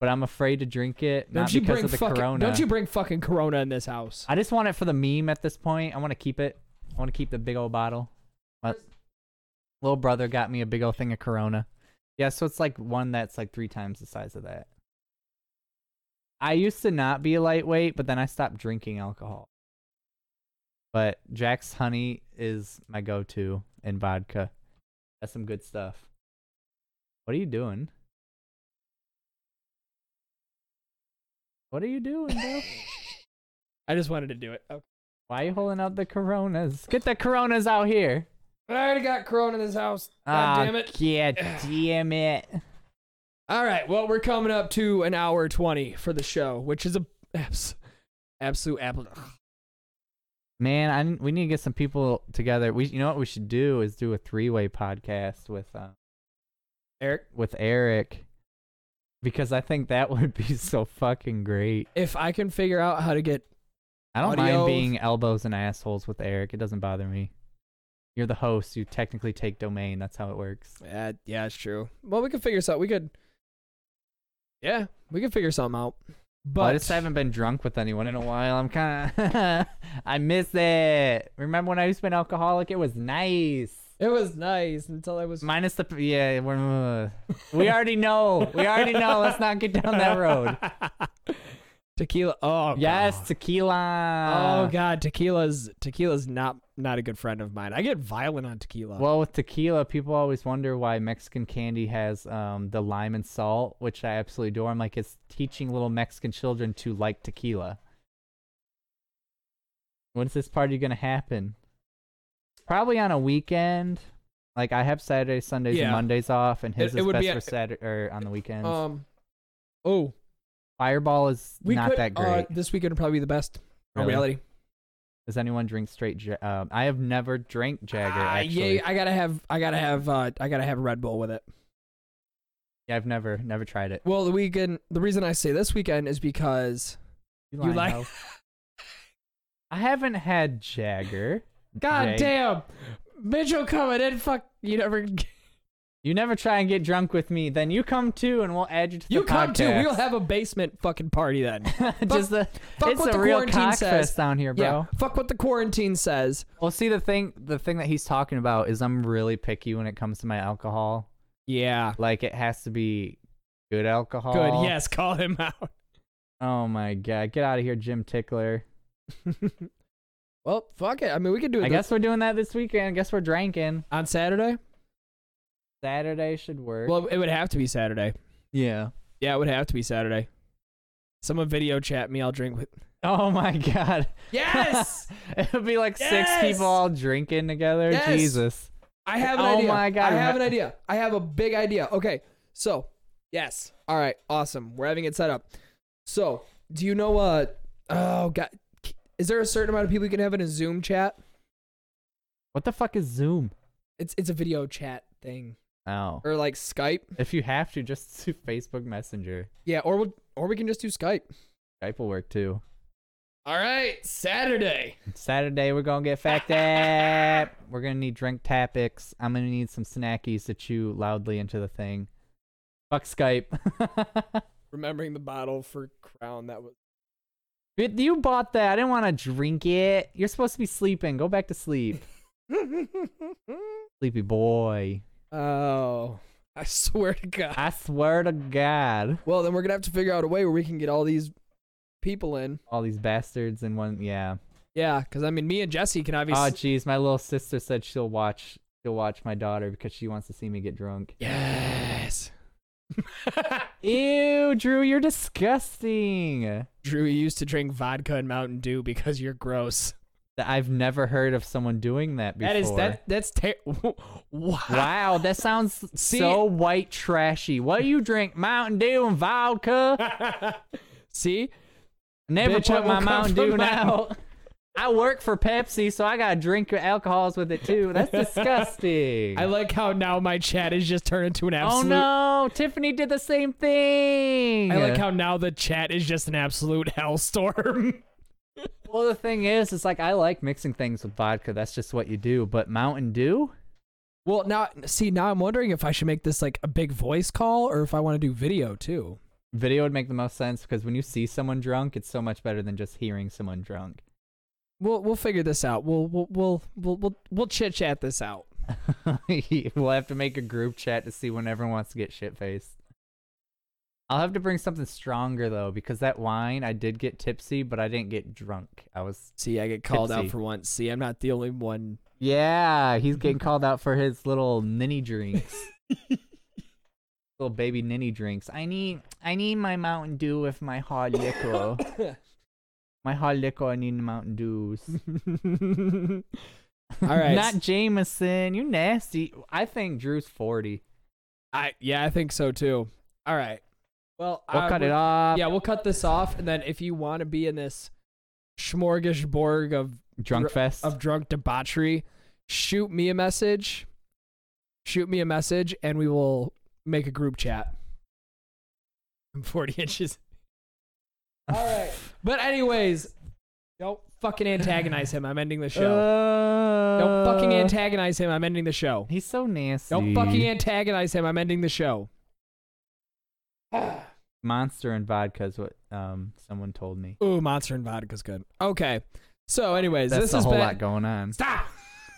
but I'm afraid to drink it. Don't not you because bring of the fucking, Corona. Don't you bring fucking Corona in this house? I just want it for the meme at this point. I want to keep it. I want to keep the big old bottle. My little brother got me a big old thing of Corona. Yeah, so it's like one that's like three times the size of that. I used to not be a lightweight, but then I stopped drinking alcohol. But Jack's Honey is my go to in vodka. That's some good stuff. What are you doing? What are you doing, bro? I just wanted to do it. Okay. Why are you holding out the coronas? Get the coronas out here. I already got Corona in this house. Ah, God damn it. Yeah, damn it. All right. Well, we're coming up to an hour 20 for the show, which is a abs- absolute apple. Man, I n- we need to get some people together. We you know what we should do is do a three-way podcast with uh, Eric, with Eric because I think that would be so fucking great. if I can figure out how to get. I don't Audio. mind being elbows and assholes with Eric. It doesn't bother me. You're the host. You technically take domain. That's how it works. Uh, yeah, it's true. Well, we could figure something. We could. Yeah, we could figure something out. But I just haven't been drunk with anyone in a while. I'm kind of, I miss it. Remember when I used to be an alcoholic? It was nice. it was nice until I was. Minus the, yeah, we're, uh, we already know. We already know. Let's not get down that road. Tequila. Oh yes, uh, God. tequila. oh God, tequila's tequila's not not a good friend of mine. I get violent on tequila. Well, with tequila, people always wonder why Mexican candy has um, the lime and salt, which I absolutely adore. I'm like, it's teaching little Mexican children to like tequila. When's this party gonna happen? Probably on a weekend. Like I have Saturdays, Sundays, Yeah. and Mondays off, and his It- it is would best be for a- Saturday or on the weekends. um, oh, Fireball is we not could, that great. Uh, this weekend would probably be the best. in Really? reality. Does anyone drink straight? Ja- um, I have never drank Jagger. Ah, actually, yeah, I gotta have, I gotta have, uh, I gotta have Red Bull with it. yeah, I've never, never tried it. Well, the weekend, the reason I say this weekend is because You lying like- hoe. I haven't had Jagger. God Right. damn, Mitchell coming in. Fuck, you never. You never try and get drunk with me. Then you come too, and we'll add you to the You come too. podcast. We'll have a basement fucking party then. just the, fuck it's what a the real quarantine cock says. fest down here, bro. Yeah. Fuck what the quarantine says. Well, see the thing, the thing that he's talking about is I'm really picky when it comes to my alcohol. Yeah. Like it has to be good alcohol. Good. Yes. Call him out. Oh my god, get out of here, Jim Tickler. well, fuck it. I mean, we could do it I this- guess we're doing that this weekend. Guess we're drinking. on Saturday. Saturday should work. Well, it would have to be Saturday. yeah. Yeah, it would have to be Saturday. Someone video chat me. I'll drink with. Oh my god. Yes. it would be like Yes! six people all drinking together. Yes! Jesus. I have an Oh idea. my God, I have remem- an idea. I have a big idea. Okay. So, yes. All right. Awesome. We're having it set up. So, do you know uh oh god is there a certain amount of people you can have in a Zoom chat? What the fuck is Zoom? It's it's a video chat thing Oh. or like Skype. If you have to, just do Facebook Messenger. Yeah, or we'll, or we can just do Skype. Skype will work too. All right. Saturday. Saturday we're gonna get fact up. We're gonna need drink topics. I'm gonna need some snackies to chew loudly into the thing. Fuck Skype. Remembering the bottle for Crown that was But you bought that. I didn't want to drink it. You're supposed to be sleeping. Go back to sleep, sleepy boy. Oh, I swear to god. I swear to God, Well, then we're going to have to figure out a way where we can get all these people in. all these bastards in one. Yeah. Yeah, because I mean, me and Jesse can Oh, obviously. jeez, my little sister said she'll watch. She'll watch my daughter because she wants to see me get drunk. yes. Ew, Drew, you're disgusting. Drew, you used to drink vodka and Mountain Dew because you're gross. That I've never heard of someone doing that before. That is that. That's terrible. wow. Wow, that sounds See- so white trashy. What do you drink? Mountain Dew and vodka. See, Never Bitch, I put my won't come Mountain from Dew out. I work for Pepsi, so I gotta drink your alcohols with it too. That's disgusting. I like how now my chat is just turned into an oh absolute. no, Tiffany did the same thing. I like how now the chat is just an absolute hellstorm. Well, the thing is, it's like I like mixing things with vodka. That's just what you do. But Mountain Dew. well, now see, now I'm wondering if I should make this like a big voice call or if I want to do video too. video would make the most sense because when you see someone drunk, it's so much better than just hearing someone drunk. We'll we'll figure this out. We'll we'll we'll we'll we'll, we'll chit chat this out. we'll have to make a group chat to see when everyone wants to get shit faced. I'll have to bring something stronger though, because that wine I did get tipsy, but I didn't get drunk. I was See, I get called out Tipsy. for once. See, I'm not the only one. yeah, he's getting called out for his little ninny drinks, little baby ninny drinks. I need I need my Mountain Dew with my hard liquor. my hard liquor, I need Mountain Dews. All right. Not Jameson. You nasty. I think Drew's 40. I yeah, I think so too. All right. Well, We'll I cut it would- off. Uh, Yeah, we'll cut this off, and then if you want to be in this smorgasbord of Drunk fest. of drunk debauchery, shoot me a message. Shoot me a message, and we will make a group chat. I'm 40 inches. All right. But anyways, don't fucking antagonize him. I'm ending the show. don't fucking Uh. antagonize him. I'm ending the show. He's so nasty. Don't fucking antagonize him. I'm ending the show. Monster and vodka is what um someone told me. Ooh, Monster and Vodka's good. Okay. So, anyways, That's this a has whole been. lot going on. Stop!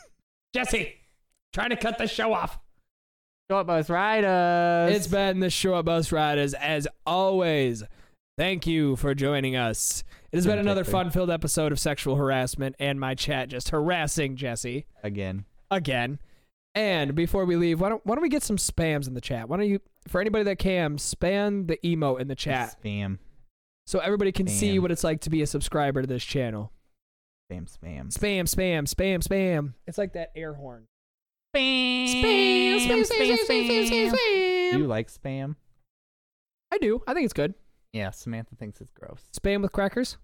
Jesse! Trying to cut the show off. Short bus riders. It's been the Short Bus Riders, as always. Thank you for joining us. It has been another Exactly. fun filled episode of sexual harassment and my chat just harassing Jesse again. again. And before we leave, why don't why don't we get some spams in the chat? Why don't you for anybody that can spam the emote in the chat Spam, so everybody can see Spam. what it's like to be a subscriber to this channel. spam, spam. Spam, spam, spam, spam. It's like that air horn. Spam, Spam, spam, spam, spam, spam, spam, Do you spam. like spam? I do. I think it's good. Yeah, Samantha thinks it's gross. Spam with crackers.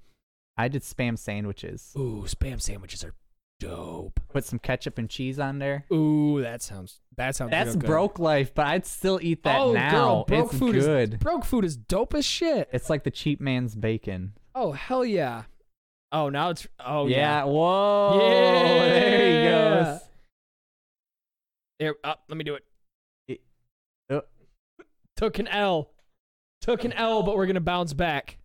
I did spam sandwiches. Ooh, spam sandwiches are dope. Put some ketchup and cheese on there. Ooh, that sounds that sounds That's real good. broke life, but I'd still eat that oh, now. girl, broke it's food good. is broke food is dope as shit. It's like the cheap man's bacon. Oh hell yeah. Oh now it's oh yeah. yeah. Whoa. There he Yeah. goes. Here, uh, let me do it. Oh, Took an L. Took an L, but we're gonna bounce back.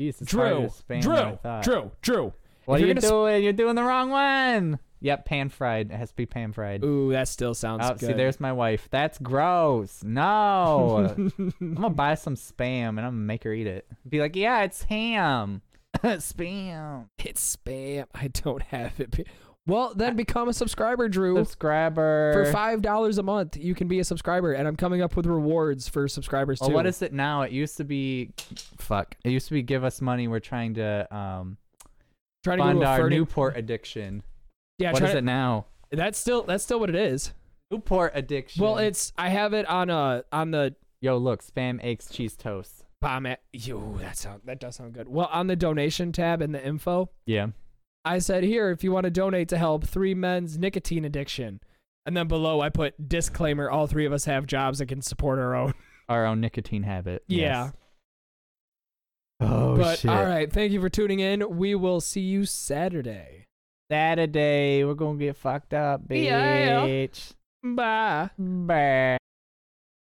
Jeez, it's harder Drew, to spam than I Drew, thought. Drew, Drew. What If are you're you gonna sp- doing? You're doing the wrong one. Yep, pan fried. It has to be pan fried. Ooh, that still sounds Oh, good. see, there's oh. my wife. That's gross. No. I'm gonna buy some spam and I'm gonna make her eat it. Be like, yeah, it's ham. spam. it's spam. I don't have it. Well, then become a subscriber, Drew. Subscriber. For five dollars a month, you can be a subscriber, and I'm coming up with rewards for subscribers too. Well, what is it now? It used to be, fuck. It used to be give us money. We're trying to um trying to go fund to a our Ferdy- Newport addiction. Yeah, what try is to- it now? That's still that's still what it is. Newport addiction. Well, it's I have it on uh on the yo look spam eggs cheese toast. bomb at you. That sound that does sound good. Well, on the donation tab in the info, Yeah. I said here if you want to donate to help three men's nicotine addiction, and then below I put disclaimer: all three of us have jobs that can support our own. Our own nicotine habit. Yeah. Yes. Oh but shit. all right, thank you for tuning in. We will see you Saturday. Saturday we're gonna get fucked up, bitch. Yeah. Bye. Bye.